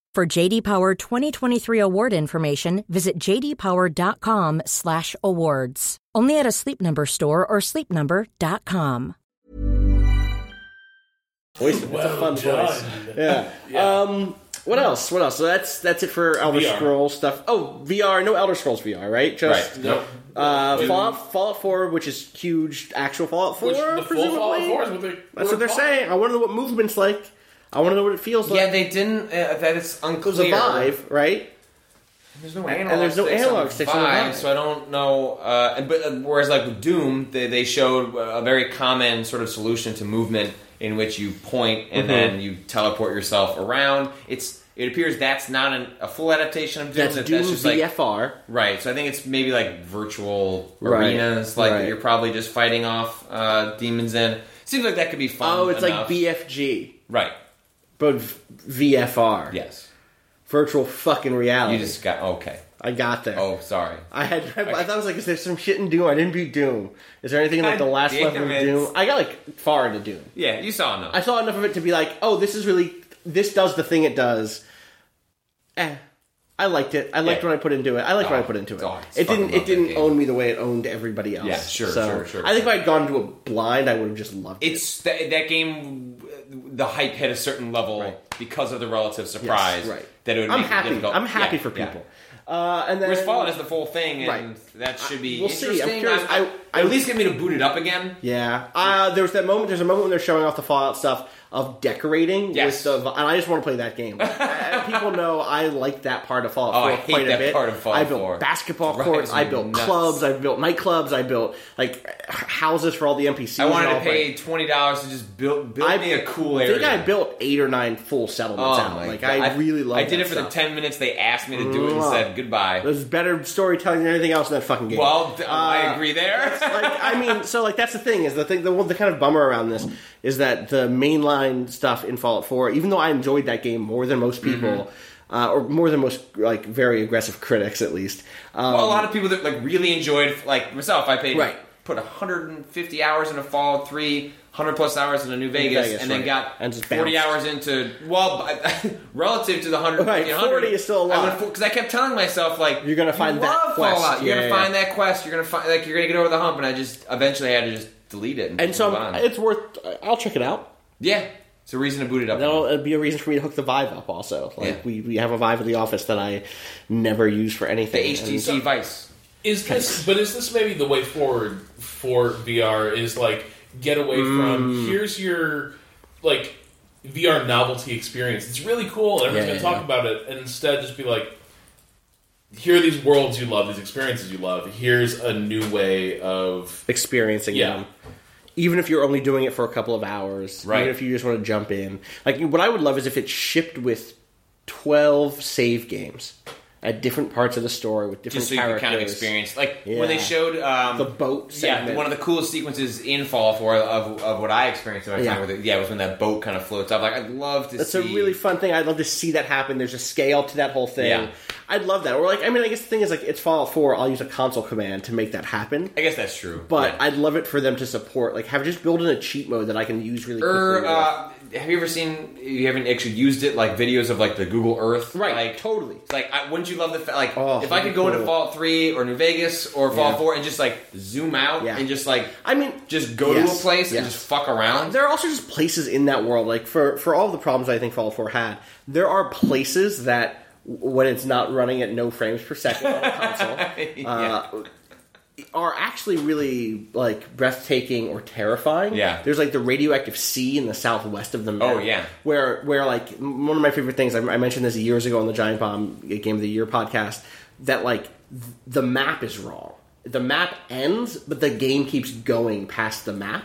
D: For JD Power 2023 award information, visit jdpower.com/awards. Only at a Sleep Number store or sleepnumber.com.
A: voice. It's a
C: Well
A: fun
C: done.
A: voice. Yeah.
C: Yeah.
A: Um. What else? What else? So that's that's it for Elder
C: VR.
A: Scrolls stuff. Oh, VR. No Elder Scrolls VR, right? Just
B: Right.
C: Nope.
A: Uh,
C: Dude.
A: Fallout, Fallout 4, which is huge, actual Fallout 4,
C: Which, the full
A: presumably?
C: Fallout 4 is what they
A: That's what they're saying. I want to know what movement's like. I want to know what it feels like.
B: yeah, they didn't. Uh, that it's unclear.
A: It was a Vive, right?
B: There's no analog.
A: there's no
B: sticks
A: analog
B: on
A: sticks on the
B: Vive,
A: Vive.
B: so I don't know. Uh, and- but uh, whereas like with Doom, they, they showed a very common sort of solution to movement in which you point
A: Mm-hmm.
B: and then you teleport yourself around. It's it appears that's not an, a full adaptation of Doom.
A: That's
B: that
A: Doom
B: just like
A: VFR.
B: Right, so I think it's maybe like virtual
A: Right,
B: arenas, like
A: right.
B: that you're probably just fighting off uh, demons in. Seems like that could be fun.
A: oh, it's
B: enough.
A: like BFG,
B: right.
A: but v- VFR.
B: Yes,
A: Virtual fucking reality.
B: you just got okay.
A: I got there.
B: Oh, sorry.
A: I had. I, thought I was like, is there some shit in Doom? I didn't beat Doom. Is there anything in like the
B: God
A: last
B: damn
A: level of
B: it.
A: Doom? I got like far into Doom.
B: Yeah, you saw enough.
A: I saw enough of it to be like, oh, this is really this does the thing it does. Eh, I liked it. I liked
B: Yeah.
A: what I put into it. I liked what I put into it.
B: Oh, it's
A: it
B: fucking
A: didn't.
B: love
A: It
B: that
A: didn't
B: game.
A: own me the way it owned everybody else.
B: Yeah, sure,
A: So,
B: sure, sure,
A: I think
B: sure.
A: if I had gone to a blind, I would have just loved it.
B: it's that, that game the hype hit a certain level because of the relative surprise
A: right.
B: that it would
A: I'm
B: make it
A: happy.
B: difficult.
A: I'm happy
B: Yeah,
A: for
B: yeah.
A: people. Uh, and then
B: Whereas Fallout is the full thing, and
A: Right.
B: that should be
A: We'll see. I'm
B: interesting.
A: curious. I-
B: at least get me to boot it up again.
A: Yeah. Uh, there was that moment. There's a moment when they're showing off the Fallout stuff. of decorating.
B: Yes.
A: With the, and I just want to play that game. Uh, People know I like that part of Fallout
B: Oh,
A: 4
B: I hate
A: quite
B: that
A: a bit.
B: part of Fallout
A: I built
B: 4.
A: basketball
B: Drives
A: courts. I
B: me
A: built
B: nuts.
A: clubs. I built nightclubs. I built like h- houses for all the NPCs.
B: I wanted
A: and all
B: to
A: that.
B: pay twenty dollars to just build build
A: I
B: me a cool
A: I
B: area.
A: think I built eight or nine full settlements out.
B: my
A: Like
B: God.
A: I really love.
B: Oh, I did
A: that
B: it for
A: stuff. Mm-hmm.
B: the ten minutes they asked me to do it and said goodbye.
A: There's better storytelling than anything else in that fucking game.
B: Well, th- I
A: Uh,
B: agree there.
A: like I mean, so like that's the thing is the thing the one the kind of bummer around this is that the mainline stuff in Fallout Four, even though I enjoyed that game more than most people, uh, or more than most like very aggressive critics at least. Um,
B: Well, a lot of people that like really enjoyed, like myself, I paid
A: Right.
B: put 150 hours into Fallout 3, 100 plus hours into New Vegas,
A: Vegas,
B: and then
A: right.
B: got
A: And just
B: 40
A: bounced.
B: hours into well, I- relative to the 100,
A: Right, 40 is still a lot.
B: because I, kept telling myself like
A: You're gonna find
B: you
A: that
B: love
A: quest.
B: Fallout, you're
A: Yeah,
B: gonna
A: yeah,
B: find that quest, you're gonna find like you're gonna get over the hump, and I just eventually had to just delete it. And,
A: and so
B: move
A: I'm-
B: on.
A: it's worth. I'll check it out.
B: yeah, it's a reason to boot it up.
A: That'll it'd be a reason for me to hook the Vive up. Also, like
B: Yeah.
A: we, we have a Vive at the office that I never use for
B: the
A: anything. and- uh,
B: HTC Vice.
C: Is this? But is this maybe the way forward for VR? Is like get away
A: Mm.
C: from here's your like VR novelty experience. It's really cool. and Everyone's
A: Yeah,
C: gonna
A: yeah,
C: talk about it, and instead just be like, here are these worlds you love, these experiences you love. Here's a new way of
A: experiencing
C: Yeah.
A: them. Even if you're only doing it for a couple of hours,
B: Right.
A: even if you just want to jump in, like what I would love is if it shipped with twelve save games at different parts of the story with different
B: Just so you can
A: characters.
B: kind of experience, like
A: Yeah.
B: when they showed um,
A: the boat. Segment.
B: Yeah, one of the coolest sequences in Fall Four of, of what I experienced at my
A: Yeah.
B: time with it. Yeah, was when that boat kind of floats up. Like I'd love to.
A: That's
B: see,
A: a really fun thing. I'd love to see that happen. There's a scale to that whole thing.
B: Yeah.
A: I'd love that. Or like, I mean, I guess the thing is like, it's Fallout Four. I'll use a console command to make that happen.
B: I guess that's true.
A: But
B: yeah. Er,
A: I'd love it for them to support. Like, have just build in a cheat mode that I can use really quickly.
B: or uh, have you ever seen? You haven't actually used it, like videos of like the Google Earth,
A: right?
B: Like
A: totally.
B: it's Like, I, wouldn't you love the fa- like?
A: Oh,
B: if I could go into
A: cool.
B: Fallout Three or New Vegas or Fallout
A: Yeah.
B: Four and just like zoom out
A: Yeah.
B: and just like
A: I mean,
B: just go to a
A: Yes,
B: place and
A: yes.
B: just fuck around.
A: Uh, there are also just places in that world like for for all the problems i think fallout 4 had there are places that w- when it's not running at no frames per second on a console uh, are actually really like breathtaking or terrifying
B: Yeah.
A: there's like the radioactive sea in the southwest of the map
B: Oh, yeah.
A: where where like m- one of my favorite things I, I mentioned this years ago on the giant bomb uh, game of the year podcast that like th- the map is wrong the map ends but the game keeps going past the map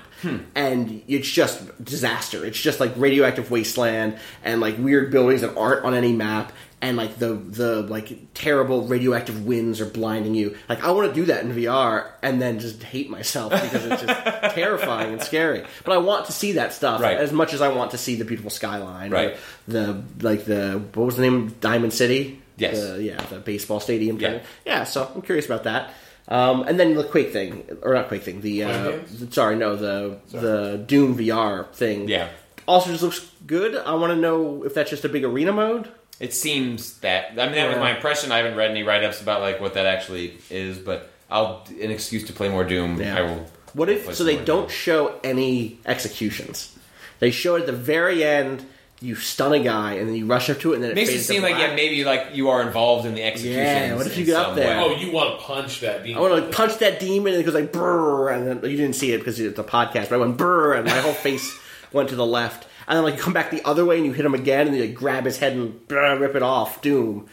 A: and it's just disaster it's just like radioactive wasteland and like weird buildings that aren't on any map and like the the like terrible radioactive winds are blinding you like i want to do that in vr and then just hate myself because it's just terrifying and scary but i want to see that stuff
B: Right.
A: as much as I want to see the beautiful skyline, or
B: Right.
A: The like the what was the name Diamond City?
B: Yes.
A: The- yeah, the baseball stadium.
B: Yeah.
A: Yeah, yeah. So I'm curious about that. Um, and then the Quake thing, or not Quake thing. The uh,
C: Quake games?
A: th- sorry, no, the the Doom VR thing.
B: Yeah.
A: Also, just looks good. I want to know if that's just a big arena mode.
B: It seems that I mean that was
A: Yeah.
B: my impression. I haven't read any write ups about like what that actually is, but I'll an excuse to play more Doom. I will.
A: What
B: play
A: if so?
B: some
A: They
B: more
A: don't
B: Doom.
A: show any executions. They show at the very end. You stun a guy, and then you rush up to it, and then it
B: Makes it
A: fades to
B: seem like
A: black.
B: yeah, maybe like you are involved in the execution.
A: Yeah, what if you get up there?
C: oh, you want to punch that demon.
A: I want to like, punch that demon, and it goes like brrr, and then you didn't see it because it's a podcast, but I went brrr, and my whole face went to the left, and then like you come back the other way, and you hit him again, and you like, grab his head and brrr, rip it off. Doom.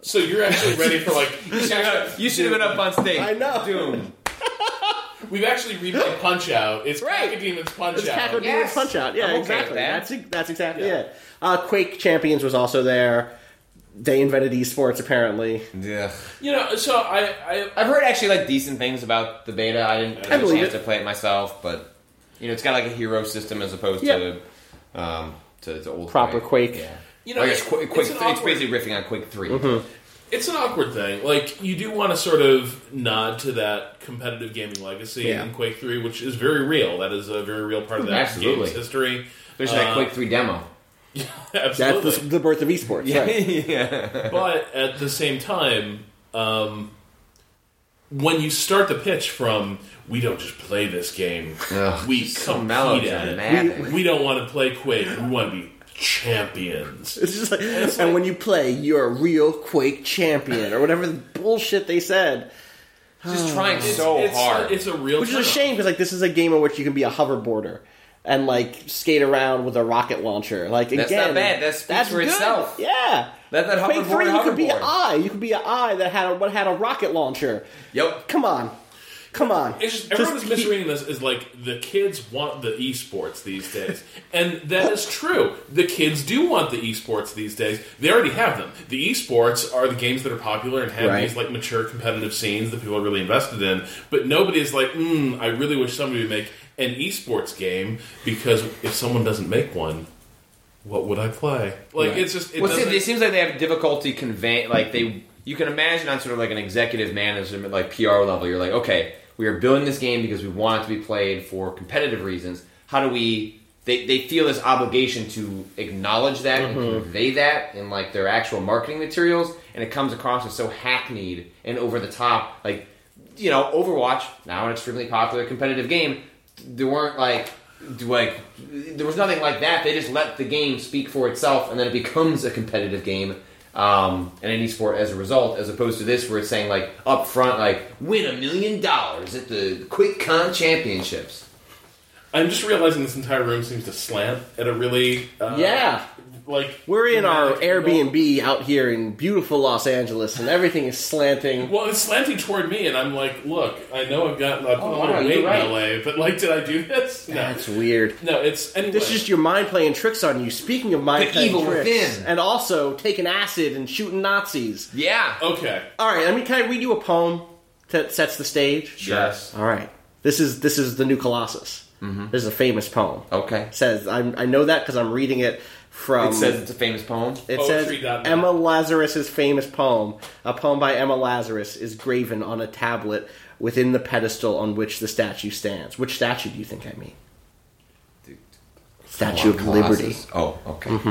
C: So you're actually ready for like
B: Oh, you should have been up on stage.
A: I know.
B: Doom.
C: We've actually replayed Punch Out. It's
A: Right.
C: Demon's Punch
A: It's
C: Out.
A: Taco Demon's
B: Yes.
A: Punch Out. Yeah,
B: I'm okay
A: exactly.
B: with that.
A: That's That's that's exactly
C: Yeah.
A: it. Uh, Quake Champions was also there. They invented esports apparently.
B: Yeah.
C: You know, so I, I
B: I've heard actually like decent things about the beta. I didn't
A: I
B: have a
A: believe
B: chance
A: it.
B: to play it myself, but you know it's got like a hero system as opposed
A: Yeah.
B: to um to, to old
A: Proper Quake.
B: Yeah.
C: You know,
B: Like, it's,
C: it-
B: Quake,
C: it's
B: Quake-
C: an
B: it's
C: awkward-
B: basically riffing on Quake 3
A: Mm-hmm.
C: it's an awkward thing. Like you do want to sort of nod to that competitive gaming legacy
A: Yeah.
C: in Quake Three, which is very real. That is a very real part of that
B: Absolutely.
C: game's history.
B: There's
C: Uh,
B: that Quake Three demo.
A: That's
C: Absolutely,
A: the, the birth of esports. right.
B: yeah.
C: but at the same time, um, when you start the pitch from "We don't just play this game,
B: Ugh,
C: we
B: so
C: compete at it.
B: melodramatic.
C: We don't want to play Quake. We want to be champions."
A: It's just like, and when you play, you're a real Quake champion or whatever the bullshit they said.
B: Just trying
C: It's-
B: so
C: it's,
B: hard.
C: It's a real,
A: Which is a
C: turnoff.
A: shame because like this is a game in which you can be a hoverboarder and like skate around with a rocket launcher. Like
B: That's
A: again,
B: not bad. That speaks
A: that's
B: for
A: good.
B: itself.
A: Yeah.
B: That- that
A: Quake
B: hoverboard,
A: three, you could be an
B: hoverboard.
A: eye. You could be an eye that had a, what had a rocket launcher.
B: Yep.
A: Come on, come on.
C: It's just everyone's
A: Just keep-
C: misreading this is like the kids want the esports these days, and that is true. The kids do want the esports these days. They already have them. The esports are the games that are popular and have
A: Right.
C: these like mature competitive scenes that people are really invested in. But nobody is like, mm, I really wish somebody would make an esports game because if someone doesn't make one, what would I play? Like it's just it
B: Well, see,
C: doesn't-
B: it seems like they have difficulty conveying. Like they, you can imagine on sort of like an executive management, like PR level. You're like, okay, we are building this game because we want it to be played for competitive reasons. How do we? They, they feel this obligation to acknowledge that
C: Mm-hmm.
B: and convey that in like their actual marketing materials, and it comes across as so hackneyed and over the top. Like, you know, Overwatch now an extremely popular competitive game. There weren't like do, like there was nothing like that. They just let the game speak for itself, and then it becomes a competitive game um, and an esport as a result, as opposed to this where it's saying like up front, like win a million dollars at the QuickCon Championships.
C: I'm just realizing this entire room seems to slant at a really uh,
A: Yeah.
C: like
A: We're in our
C: dramatic angle.
A: Airbnb out here in beautiful Los Angeles, and everything is slanting.
C: Well, it's slanting toward me, and I'm like, look, I know I've got I've put
B: Oh,
C: a lot
B: wow,
C: of
B: you're
C: weight
B: right.
C: in LA, but like, did I do this? No,
A: That's weird.
C: no, it's anyway.
A: This is just your mind playing tricks on you. Speaking of mind
B: The
A: playing
B: evil
A: tricks,
B: within.
A: and also taking acid and shooting Nazis.
B: Yeah.
C: okay.
A: All right, let me can I read you a poem that sets the stage?
B: Yes.
A: All right. This is this is the new Colossus. This is a famous poem.
B: Mm-hmm. Okay.
A: It says I'm, I know that because I'm reading it from.
B: It says it's a famous poem.
A: It
C: Poetry
A: says
C: dot net.
A: Emma Lazarus's famous poem, a poem by Emma Lazarus, is graven on a tablet within the pedestal on which the statue stands. Which statue do you think I mean? Statue of Liberty. Mm-hmm.
B: Colossus.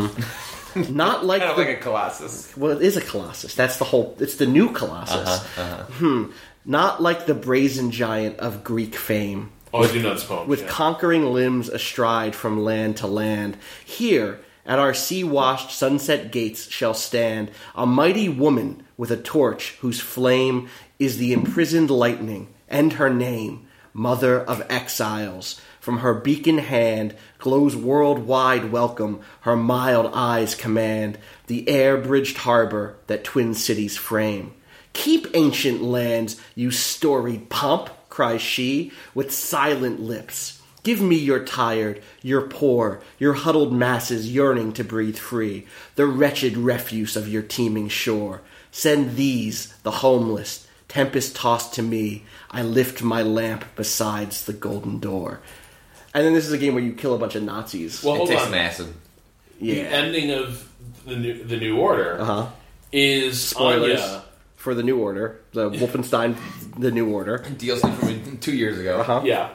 B: Oh, okay.
A: Not like
B: Kind of
A: the-
B: like a colossus.
A: well, it is a Colossus. That's the whole. It's the new Colossus. Hmm. Not like the brazen giant of Greek fame,
C: Oh, I do know this poem.
A: with
C: yeah.
A: conquering limbs astride from land to land. Here, at our sea washed sunset gates, shall stand a mighty woman with a torch whose flame is the imprisoned lightning, and her name, Mother of Exiles. From her beacon hand glows worldwide welcome, her mild eyes command the air bridged harbor that twin cities frame. Keep ancient lands, you storied pomp, cries she, with silent lips. Give me your tired, your poor, your huddled masses yearning to breathe free, the wretched refuse of your teeming shore. Send these, the homeless, tempest tossed to me. I lift my lamp besides the golden door. And then this is a game where you kill a bunch of Nazis.
C: Well,
B: It
C: hold
B: takes
C: on.
B: an acid.
C: the
A: yeah.
C: ending of the new the new order
A: Uh-huh.
C: is uh,
A: Spoilers
C: Anya.
A: for the New Order, the Wolfenstein, the New Order.
B: DLC from two years ago.
A: Uh-huh.
C: Yeah.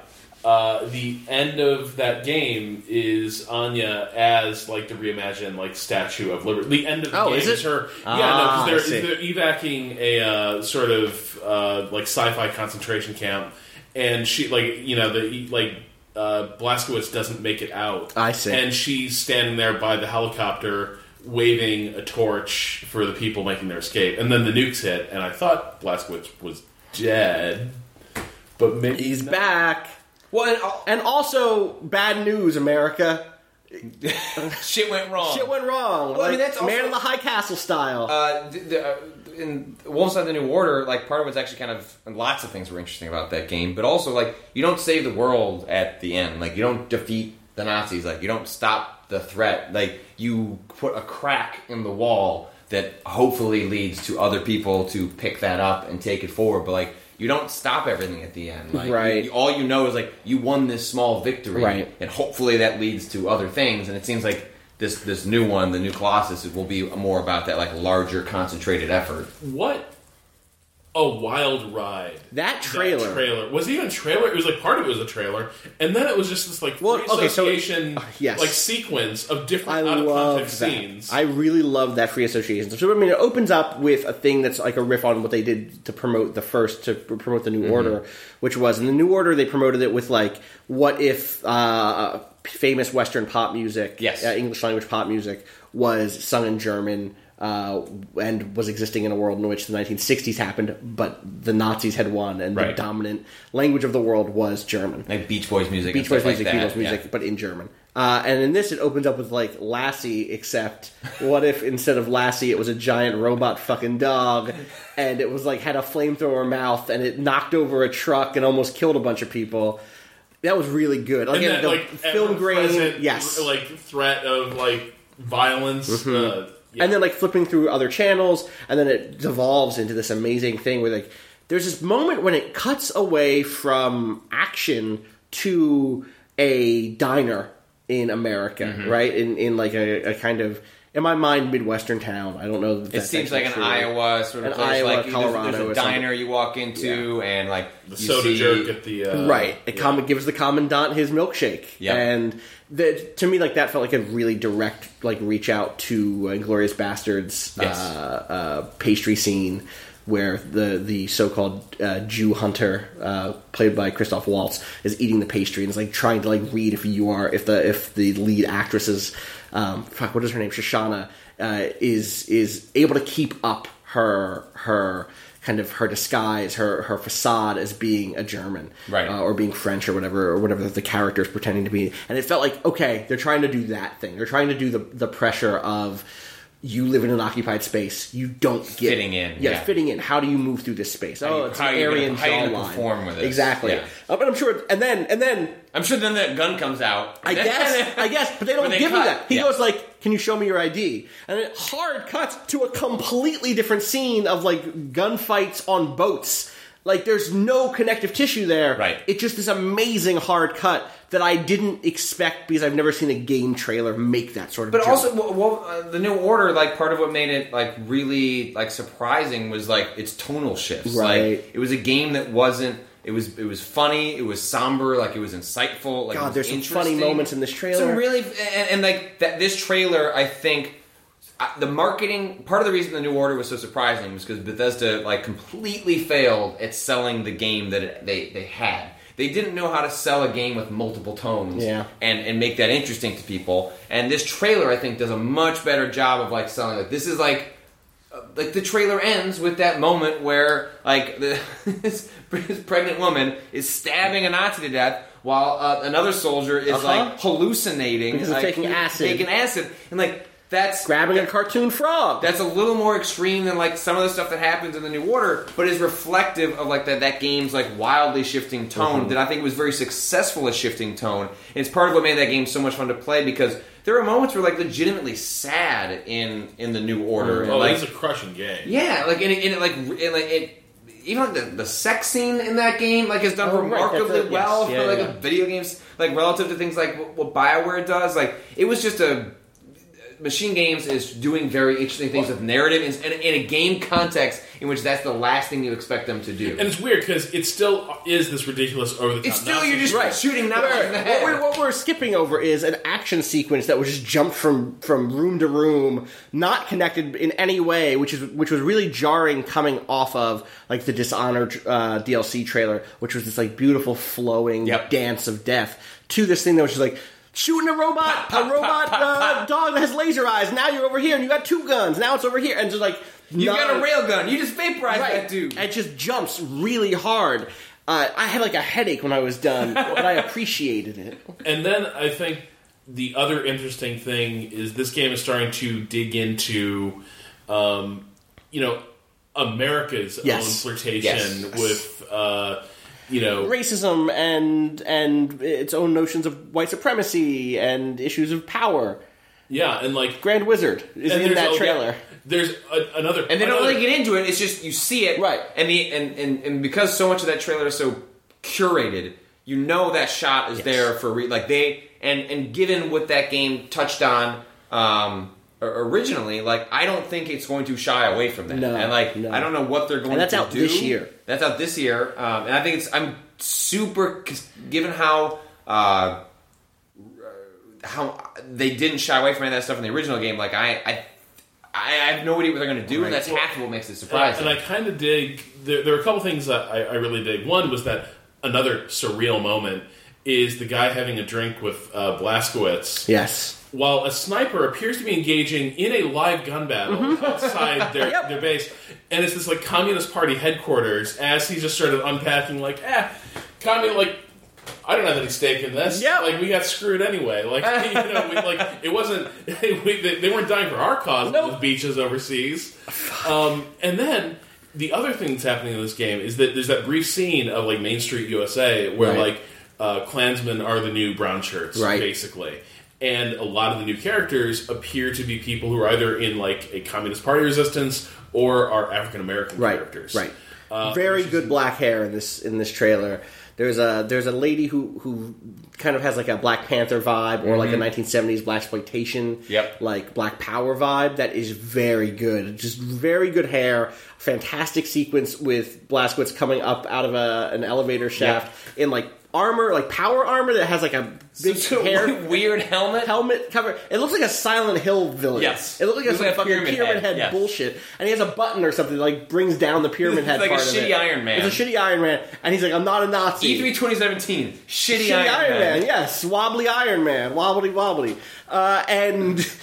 C: Uh, the end of that game is Anya as like the reimagined like Statue of Liberty. The end of the
A: Oh,
C: game
A: is it?
C: her.
A: Ah,
C: yeah, no, because
A: I see.
C: they're, they're evacuating a uh, sort of uh, like sci-fi concentration camp, and she like you know the like uh, Blaskowitz doesn't make it out.
A: I see.
C: And she's standing there by the helicopter. Waving a torch for the people making their escape, and then the nukes hit, and I thought Blaskowitz was dead, but maybe
A: He's
C: not.
A: back.
B: Well, and oh, all,
A: And also, bad news, America.
B: shit went wrong.
A: Shit went wrong.
B: Well, I
A: Like,
B: mean, that's also-
A: Man in the High Castle style.
B: Uh, the, the, uh, in Wolfenstein: The New Order, like part of it's actually kind of and lots of things were interesting about that game, but also like you don't save the world at the end. Like you don't defeat the Nazis. Like you don't stop the threat. Like you put a crack in the wall that hopefully leads to other people to pick that up and take it forward. But like you don't stop everything at the end. Like
A: Right.
B: you- all you know is like you won this small victory,
A: Right.
B: and hopefully that leads to other things. And it seems like this this new one, the new Colossus, will be more about that like larger, concentrated effort.
C: What a wild ride!
A: that
C: That
A: trailer.
C: trailer was it even a trailer. It was like part of it was a trailer, and then it was just this like
A: Well,
C: free
A: okay, so- uh,
C: association,
A: yes.
C: like sequence of different
A: I
C: out of
A: love that.
C: context scenes.
A: I really love that free association. So I mean, it opens up with a thing that's like a riff on what they did to promote the first to pr- promote the New
C: Mm-hmm.
A: Order, which was in the New Order they promoted it with like what if uh, famous Western pop music,
B: Yes.
A: uh, English language pop music was sung in German uh, and was existing in a world in which the 1960s happened, but the Nazis had won, and the
B: Right.
A: dominant language of the world was German.
B: like Beach Boys music, and
A: Beach Boys
B: stuff
A: music,
B: like that.
A: Beatles music, but in German. Uh, and in this, it opens up with like Lassie, except what if instead of Lassie, it was a giant robot fucking dog, and it was like had a flamethrower mouth, and it knocked over a truck and almost killed a bunch of people. That was really good. Like,
C: and that
A: the
C: like
A: film grain,
C: ever-present,
A: yes. Mm-hmm.
C: like threat of like violence. Uh, yeah.
A: And then like flipping through other channels, and then it devolves into this amazing thing where like there's this moment when it cuts away from action to a diner in America,
B: Mm-hmm.
A: right? In in like a, a kind of in my mind Midwestern town. I don't know. That
B: It
A: that's
B: seems
A: actually
B: like
A: true.
B: an Iowa sort of
A: An
B: place.
A: Iowa,
B: like there's-
A: Colorado or
B: there's a
A: something.
B: diner you walk into, and like
C: the
B: you
C: soda
B: see-
C: jerk at the uh,
A: Right, it com- gives the commandant his milkshake,
B: Yeah.
A: and that to me, like that felt like a really direct, like reach out to uh, Glorious Bastards
B: Yes.
A: uh, uh, pastry scene, where the the so called uh, Jew hunter, uh, played by Christoph Waltz, is eating the pastry and is like trying to like read if you are if the if the lead actress's um, fuck what is her name Shoshana uh, is is able to keep up her her kind of her disguise her her facade as being a German
B: Right.
A: uh, or being French or whatever or whatever the character is pretending to be. And it felt like okay, they're trying to do that thing. They're trying to do the the pressure of you live in an occupied space. You don't get
B: Fitting in,
A: Yeah,
B: yeah.
A: fitting in. How do you move through this space? Oh,
B: you-
A: it's
B: how
A: an
B: are you gonna-
A: Aryan
B: how are you gonna
A: jawline.
B: perform with this?
A: Exactly.
B: Yeah.
A: Uh, but I'm sure. And then and then
B: I'm sure then that gun comes out.
A: I guess, I guess, but they don't
B: When they
A: give him
B: cut,
A: that. He
B: yeah.
A: goes like, "Can you show me your ID?" And it hard cuts to a completely different scene of like gunfights on boats. Like, there's no connective tissue there.
B: Right.
A: It's just this amazing hard cut that I didn't expect because I've never seen a game trailer make that sort of.
B: But
A: jump.
B: also, well, well, uh, the new order, like part of what made it like really like surprising was like its tonal shifts.
A: Right.
B: Like it was a game that wasn't. It was it was funny. It was somber. Like it was insightful. Like it
A: God,
B: was
A: there's some funny
B: interesting.
A: moments in this trailer.
B: Some really and, and like that. This trailer, I think. I- The marketing part of the reason the new order was so surprising was because Bethesda like completely failed at selling the game that it, they they had. They didn't know how to sell a game with multiple tones
A: Yeah.
B: and and make that interesting to people. And this trailer, I think, does a much better job of like selling. Like this is like uh, like the trailer ends with that moment where like the, this pregnant woman is stabbing a Nazi to death. While uh, another soldier is
A: Uh-huh.
B: like hallucinating,
A: Because of
B: like,
A: taking acid.
B: taking acid, and like that's
A: grabbing a cartoon frog.
B: that's a little more extreme than like some of the stuff that happens in the New Order, but is reflective of like that that game's like wildly shifting tone
C: Mm-hmm.
B: that I think was very successful at shifting tone. And it's part of what made that game so much fun to play because there are moments where like legitimately sad in in the New Order. And,
C: Oh,
B: like,
C: it's a crushing game.
B: yeah, like and it, and it like re- and, like it. Even like the, the sex scene in that game, like is done
A: Oh, right, that's
B: remarkably
A: it, yes.
B: well
A: Yeah,
B: for like
A: yeah.
B: a video games, like relative to things like what, what Bioware does. Like it was just a Machine Games is doing very interesting things with narrative and in, in a game context in which that's the last thing you expect them to do.
C: And it's weird because it still is this ridiculous over the top.
B: it's still you're just
A: Right.
B: shooting not
A: Where-
B: in the
A: what,
B: head.
A: we're, what we're skipping over is an action sequence that was just jumped from from room to room, not connected in any way, which is which was really jarring coming off of like the Dishonored uh, DLC trailer, which was this like beautiful flowing
B: Yep.
A: dance of death to this thing that was just like. Shooting a robot, a robot uh, dog that has laser eyes. Now you're over here, and you got two guns. Now it's over here, and just like
B: you got a railgun. You just vaporized that dude.
A: it just jumps really hard. Uh, I had like a headache when I was done, but I appreciated it.
C: And then I think the other interesting thing is this game is starting to dig into, um, you know, America's
A: Yes.
C: own flirtation
B: Yes.
C: with, uh, you know,
A: Racism and and its own notions of white supremacy and issues of power.
C: yeah, and like
A: Grand Wizard is
C: and
A: in
C: there's
A: that
C: a-
A: trailer.
C: There's a, another,
B: and they don't
C: another-
B: really get into it. It's just you see it,
A: Right.
B: And the and, and and because so much of that trailer is so curated, you know that shot is there for a re- like they and and given what that game touched on um, or- originally, like I don't think it's going to shy away from that.
A: No,
B: and like
A: no.
B: I don't know what they're going
A: that's
B: to
A: out
B: do
A: this year.
B: That's out this year, um, and I think it's I'm super 'cause given how. Uh, how they didn't shy away from that stuff in the original game. Like I, I, I have no idea what they're going to do, and that's half of what makes it surprising.
C: And I kind of dig. There, there are a couple things that I, I really dig. One was that another surreal moment is the guy having a drink with uh, Blaskowitz
A: Yes.
C: while a sniper appears to be engaging in a live gun battle outside their, their base, and it's this like communist party headquarters as he's just sort of unpacking like, eh, communist like. I don't have any stake in this.
A: Yeah.
C: like we got screwed anyway. Like you know, we, like it wasn't. We, they, they weren't dying for our cause on those beaches overseas. Um, and then the other thing that's happening in this game is that there's that brief scene of like Main Street USA where
A: Right.
C: like uh, Klansmen are the new brown shirts,
A: Right.
C: basically. And a lot of the new characters appear to be people who are either in like a Communist Party resistance or are African American
A: Right.
C: characters. Uh,
A: Right. Very good black hair in this in this trailer. There's a there's a lady who who kind of has like a Black Panther vibe or
C: Mm-hmm.
A: like a 1970s black exploitation
B: Yep.
A: like Black Power vibe that is very good. Just very good hair, fantastic sequence with Blaskowitz coming up out of a, an elevator shaft in like armor, like power armor that has like a big hair
B: weird helmet.
A: helmet cover. It looks like a Silent Hill villain.
B: Yes.
A: it looks like
B: It
A: a
B: looks
A: some
B: like a
A: fucking
B: pyramid
A: pyramid,
B: head,
A: head,
B: yes.
A: bullshit. And he has a button or something that, like brings down the pyramid
B: It's
A: head.
B: like a
A: part of
B: shitty
A: it.
B: Iron Man.
A: It's a shitty Iron Man, and he's like, "I'm not a Nazi."
B: E3 2017. Shitty,
A: shitty Iron, Man. Yes, wobbly Iron Man, wobbly wobbly, uh, and.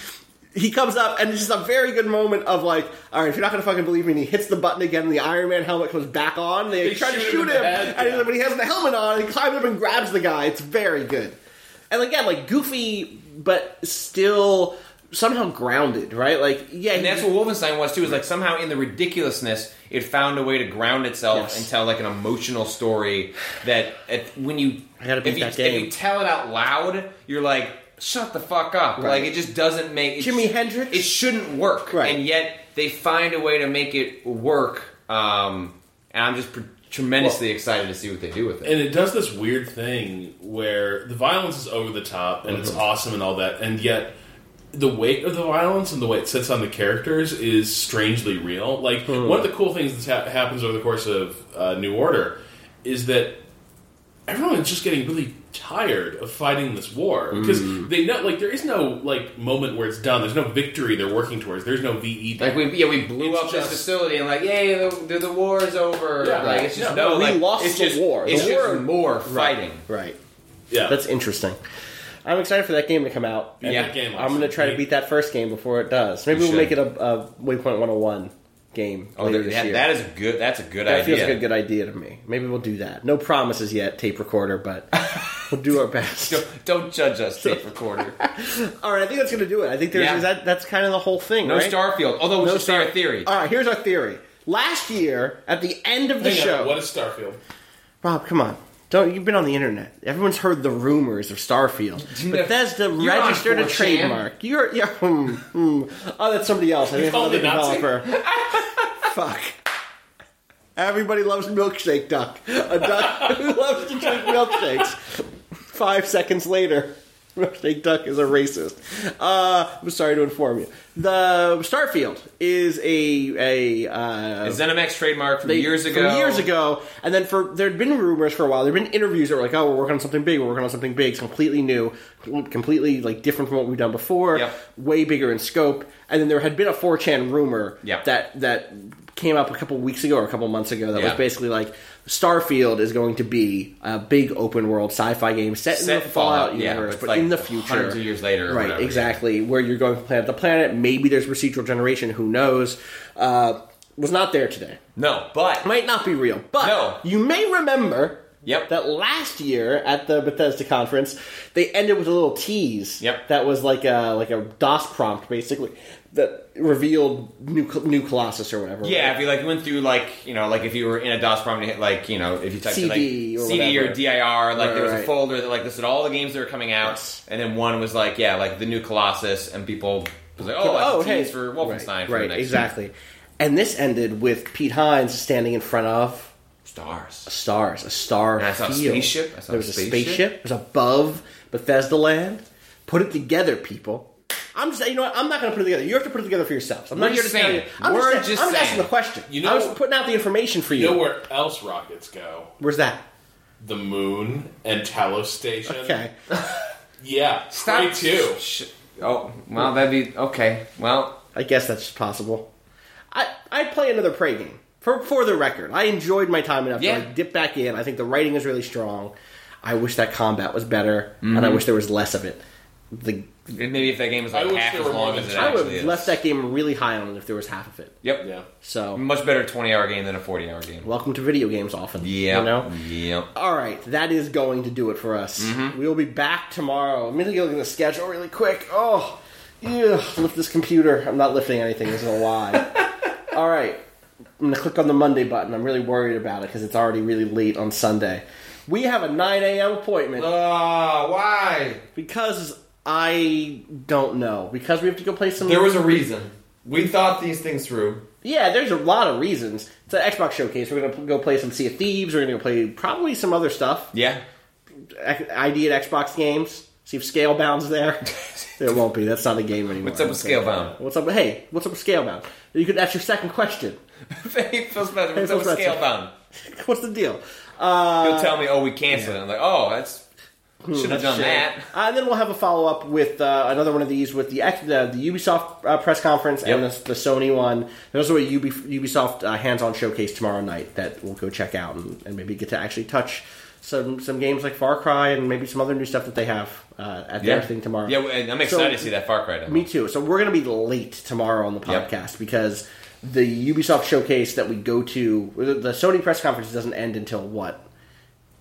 A: He comes up and it's just a very good moment of like, all right, if you're not gonna fucking believe me, and he hits the button again. The Iron Man helmet comes back on. They,
C: They
A: try to
C: shoot him
A: shoot
C: in
A: him,
C: the head,
A: and
C: yeah.
A: but he has the helmet on. And he climbs up and grabs the guy. It's very good, and again, like goofy, but still somehow grounded, right? Like, yeah,
B: And that's what Wolfenstein was too. Is like somehow in the ridiculousness, it found a way to ground itself
A: Yes.
B: and tell like an emotional story that at, when you
A: I gotta beat
B: if you,
A: that game.
B: if you tell it out loud, you're like, shut the fuck up.
A: Right.
B: Like it just doesn't make it,
A: Jimi Hendrix?
B: It shouldn't work,
A: Right.
B: and yet they find a way to make it work. Um, and I'm just pr- tremendously excited to see what they do with it.
C: And it does this weird thing where the violence is over the top and
A: Uh-huh.
C: it's awesome and all that, and yet the weight of the violence and the way it sits on the characters is strangely real. Like
A: Uh-huh.
C: one of the cool things that ha- happens over the course of uh, New Order is that everyone is just getting really tired of fighting this war because
A: Mm-hmm.
C: they know like there is no like moment where it's done. There's no victory they're working towards. There's no E VE.
B: like we yeah we blew
C: It's
B: up this
C: just-
B: facility and like yay the, the, the war is over.
C: Yeah.
B: like it's just
C: No,
B: no,
A: we
B: like,
A: lost
B: it's
A: the
B: just,
A: war. The
B: It's
A: war-
B: just more fighting.
A: right.
C: yeah,
A: That's interesting. I'm excited for that game to come out.
C: Beat
B: yeah.
C: that game
A: I'm gonna try to beat that first game before it does. Maybe
B: You
A: we'll
B: should.
A: make it a, a Waypoint 101 game
B: Oh,
A: later
B: that,
A: this
B: that-
A: year.
B: that is a good. That's a good
A: That
B: idea.
A: feels like a good idea to me. Maybe we'll do that. No promises yet, tape recorder, but we'll do our best.
B: Don't, don't judge us, tape recorder.
A: All right, I think that's gonna do it. I think there's
B: Yeah.
A: is that that's kind of the whole thing,
B: No
A: right?
B: Starfield. Although we
A: No
B: should say our
A: Star- Uh,
B: theory.
A: All right, here's our theory. Last year, at the end of the
C: Hang on,
A: show,
C: What is Starfield?
A: Rob, come on. Don't you've been on the internet. Everyone's heard the rumors of Starfield. Bethesda
B: You're on
A: registered a
B: 4chan.
A: trademark. You're, you're hmm, hmm. oh, that's somebody else. I think it's
C: called
A: another
C: it Nazi?
A: developer. Fuck. Everybody loves milkshake duck. A duck who loves to drink milkshakes. Five seconds later, milkshake duck is a racist. Uh, I'm sorry to inform you. The Starfield is a a uh,
B: A ZeniMax trademark from
A: they-
B: years
A: from
B: ago.
A: years ago, and then for there had been rumors for a while. There had been interviews that were like, "Oh, we're working on something big. We're working on something big. It's completely new, completely like different from what we've done before.
B: Yep.
A: Way bigger in scope." And then there had been a 4chan rumor
B: Yep.
A: that that came up a couple weeks ago or a couple months ago that was
B: Yeah.
A: basically like Starfield is going to be a big open world sci-fi game set, in
B: Set
A: the
B: in
A: Fallout,
B: Fallout, yeah,
A: universe,
B: but
A: but
B: like
A: in the future,
B: hundreds of years later or
A: right?
B: whatever, yeah.
A: exactly where you're going from planet to planet. Maybe there's procedural generation. Who knows? Uh, was not there today
B: No, but
A: might not be real, but
B: No.
A: you may remember
B: Yep.
A: that last year at the Bethesda conference, they ended with a little tease
B: Yep.
A: that was like a like a DOS prompt basically that revealed new Col- new Colossus or whatever.
B: yeah,
A: right?
B: if you like went through like you know like if you were in a DOS prompt, and hit, like you know if you typed in, like
A: CD or
B: CD
A: whatever.
B: or DIR, like
A: Right,
B: there was
A: right.
B: a folder that like listed all the games that were coming out,
A: Yes.
B: and then one was like yeah like the new Colossus, and people was like oh, that's a tease for Wolfenstein
A: right,
B: for
A: right
B: the next
A: exactly. And this ended with Pete Hines standing in front of
B: stars.
A: stars, a star
B: And I saw a
A: field.
B: spaceship. I saw
A: there
B: a
A: was a spaceship.
B: spaceship.
A: It was above Bethesda Land. Put it together, people. I'm just, you know what? I'm not going to put it together. You have to put it together for yourselves. I'm
B: We're
A: not here to
B: just
A: tell you.
B: saying.
A: I'm
B: We're
A: just,
B: just
A: I'm just asking
B: saying.
A: the question.
C: You
A: I
C: know-
A: was putting out the information for you.
C: You know where else rockets go?
A: Where's that?
C: the moon and Talos Station.
A: Okay.
C: Yeah. Stop. too.
B: Sh- oh well, that'd be okay. Well,
A: I guess that's possible. I I'd play another prey game. For for the record, I enjoyed my time enough
B: Yeah.
A: to like, dip back in. I think the writing is really strong. I wish that combat was better,
B: Mm-hmm.
A: and I wish there was less of it. The
B: And maybe if that game is
C: I
B: like
C: wish
B: half
C: there
B: as
C: were more
B: long
C: than
B: as it
C: that.
A: I would
B: actually
A: have
B: is.
A: left that game really high on it if there was half of it.
B: Yep.
C: Yeah.
A: So,
B: Much better 20 hour game than a 40 hour game.
A: welcome to video games often.
B: Yeah.
A: You know?
B: Yep.
A: All right, that is going to do it for us.
B: Mm-hmm.
A: We will be back tomorrow. I'm going to go look at the schedule really quick. Oh, yeah, lift this computer. I'm not lifting anything. This is a lie. All right, I'm going to click on the Monday button. I'm really worried about it because it's already really late on Sunday. We have a 9 a.m. appointment
C: Uh,
B: Ah, why?
A: because I don't know. Because we have to go play some.
B: There was a reason. We thought these things through.
A: Yeah, there's a lot of reasons. It's an Xbox showcase. We're gonna go play some Sea of Thieves. We're gonna go play probably some other stuff.
B: Yeah.
A: I- ID at Xbox games. See if Scalebound's there. there won't be. That's not a game anymore.
B: What's up with Scalebound?
A: What's up? Hey, what's up with Scalebound? You could that's your second question.
B: Faith feels better.
A: Hey,
B: What's up with
A: Phil Spencer.
B: Scalebound?
A: What's the deal? Uh, Hmm,
B: He'll tell me, oh, we canceled it. I'm like, oh, that's. Should have done
A: shit.
B: that.
A: Uh, and then we'll have a follow up with uh, another one of these with the X- the, the Ubisoft uh, press conference and
B: Yep.
A: the, the Sony one. There's also a Ubi, Ubisoft uh, hands on showcase tomorrow night that we'll go check out and, and maybe get to actually touch some some games like Far Cry and maybe some other new stuff that they have uh, at their thing tomorrow.
B: Yeah, and I'm
A: So-
B: excited to see that Far Cry demo.
A: Me too. So we're going to be late tomorrow on the
B: Yep.
A: podcast because the Ubisoft showcase that we go to, the the Sony press conference doesn't end until what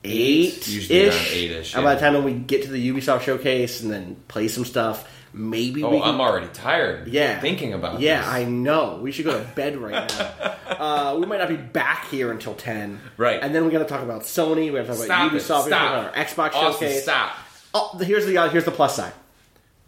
A: eight
B: Usually around
A: ish.
B: eight-ish,
A: And by
B: yeah.
A: the time that we get to the Ubisoft showcase and then play some stuff, maybe we
B: Oh,
A: can
B: I'm already tired.
A: yeah.
B: Thinking about
A: Yeah,
B: this.
A: I know. We should go to bed right now. uh, we might not be back here until 10.
B: Right.
A: And then we got to talk about Sony. We got to talk
B: Stop
A: about
B: it.
A: Ubisoft. We gotta talk
B: Stop.
A: about our Xbox
B: Austin,
A: showcase.
B: stop.
A: Oh, the- here's the uh, here's the plus side.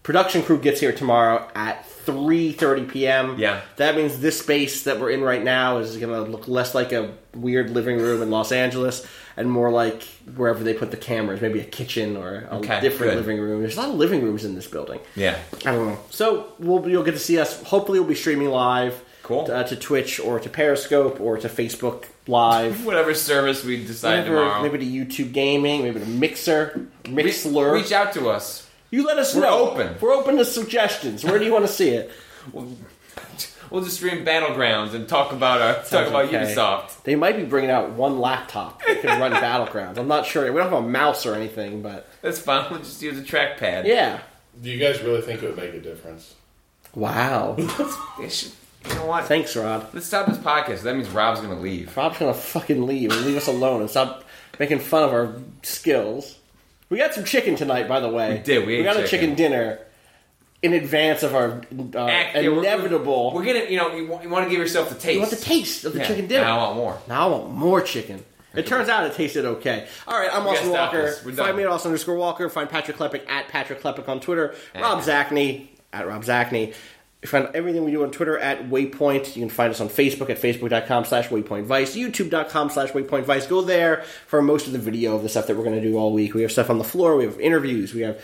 A: Production crew gets here tomorrow at 3:30 p.m.
B: Yeah.
A: That means this space that we're in right now is going to look less like a weird living room in Los Angeles and more like wherever they put the cameras, maybe a kitchen or a
B: Okay,
A: different
B: good.
A: living room. There's a lot of living rooms in this building.
B: Yeah.
A: I don't know. So we'll, you'll get to see us. Hopefully, we'll be streaming live.
B: Cool.
A: Uh, to Twitch or to Periscope or to Facebook Live.
B: Whatever service we decide
A: Whatever,
B: tomorrow.
A: maybe to YouTube Gaming, maybe to Mixer, Mixler.
B: Reach out to us.
A: You let us
B: We're
A: know.
B: open.
A: We're open to suggestions. Where do you want to see it?
B: We'll just stream battlegrounds and talk about uh, talk about
A: Okay.
B: Ubisoft.
A: They might be bringing out one laptop that can run Battlegrounds. I'm not sure. We don't have a mouse or anything, but
B: That's fine. We'll just use a trackpad.
A: yeah.
C: Do you guys really think it would make a difference?
A: Wow.
B: They should- you know what?
A: Thanks, Rob.
B: Let's stop this podcast. That means Rob's gonna leave.
A: Rob's gonna fucking leave and leave us alone and stop making fun of our skills. We got some chicken tonight, by the way.
B: We did. We ate
A: got a
B: chicken.
A: chicken dinner in advance of our uh,
B: Act- yeah, we're-
A: inevitable.
B: We're gonna, you know, you want, you want to give yourself the taste.
A: you want the taste of the
B: Yeah.
A: chicken dinner.
B: Now I want more.
A: Now I want more chicken. It turns out it tasted okay. All right, I'm
B: gotta
A: Austin
B: stop
A: Walker.
B: this. We're done.
A: Find me at Austin underscore Walker. Find Patrick Klepek at Patrick Klepek on Twitter. Rob Zachney at Rob Zachney. You find everything we do on Twitter at Waypoint. You can find us on Facebook at facebook.com slash Waypoint Vice, youtube.com slash Waypoint Vice. Go there for most of the video of the stuff that we're going to do all week. We have stuff on the floor. We have interviews. We have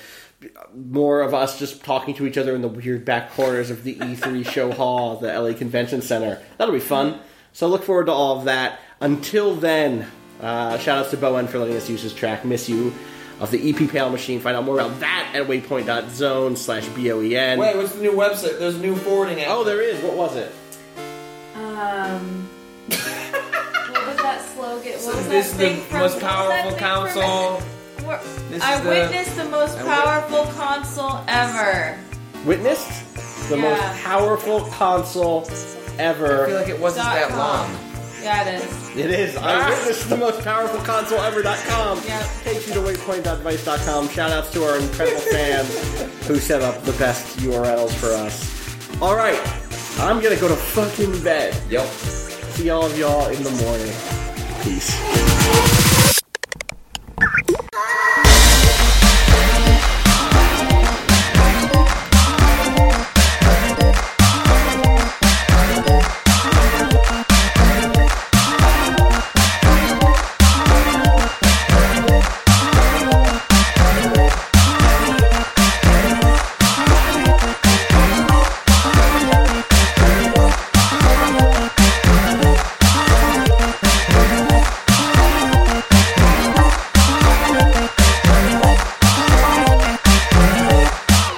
A: more of us just talking to each other in the weird back corners of the E3 show hall, the LA Convention Center. That'll be fun. So look forward to all of that. Until then, uh, shout outs to Bowen for letting us use his track "Miss You" of the EP Pale Machine. Find out more about that at waypoint.zone slash E boen.
B: what's the new website? There's a new forwarding app.
A: Oh, there is. What was it?
E: Um. what was that slogan? What was
B: this
E: that
B: the
E: thing from-
B: most
E: what was that
B: powerful
E: thing
B: console?
E: from- Wha-
B: This
E: I
B: is the-
E: witnessed the most
B: I wit-
E: powerful console ever.
A: Witnessed the
E: Yeah.
A: most powerful console
B: I feel
A: ever.
B: like it wasn't
E: Dot
B: that
E: com.
B: long. Ah.
E: Yeah, it is.
A: It is. I witnessed the most powerful console ever.com.
E: Yep.
A: Takes you to waypoint.vice.com. Shout outs to our incredible fans who set up the best URLs for us. All right. I'm going to go to fucking bed.
B: Yep.
A: See all of y'all in the morning. Peace.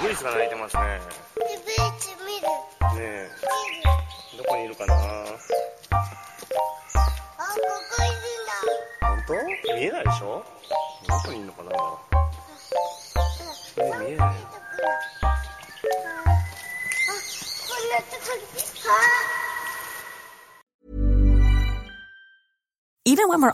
F: 無理働いてますね。
G: 見る
F: ね
G: 見る
F: え、どこにいるかな
G: あここいるんだ
F: 本当見えないでしょどどこにいるのかなもう見えない
G: あこんなとこにあ
H: Even when we're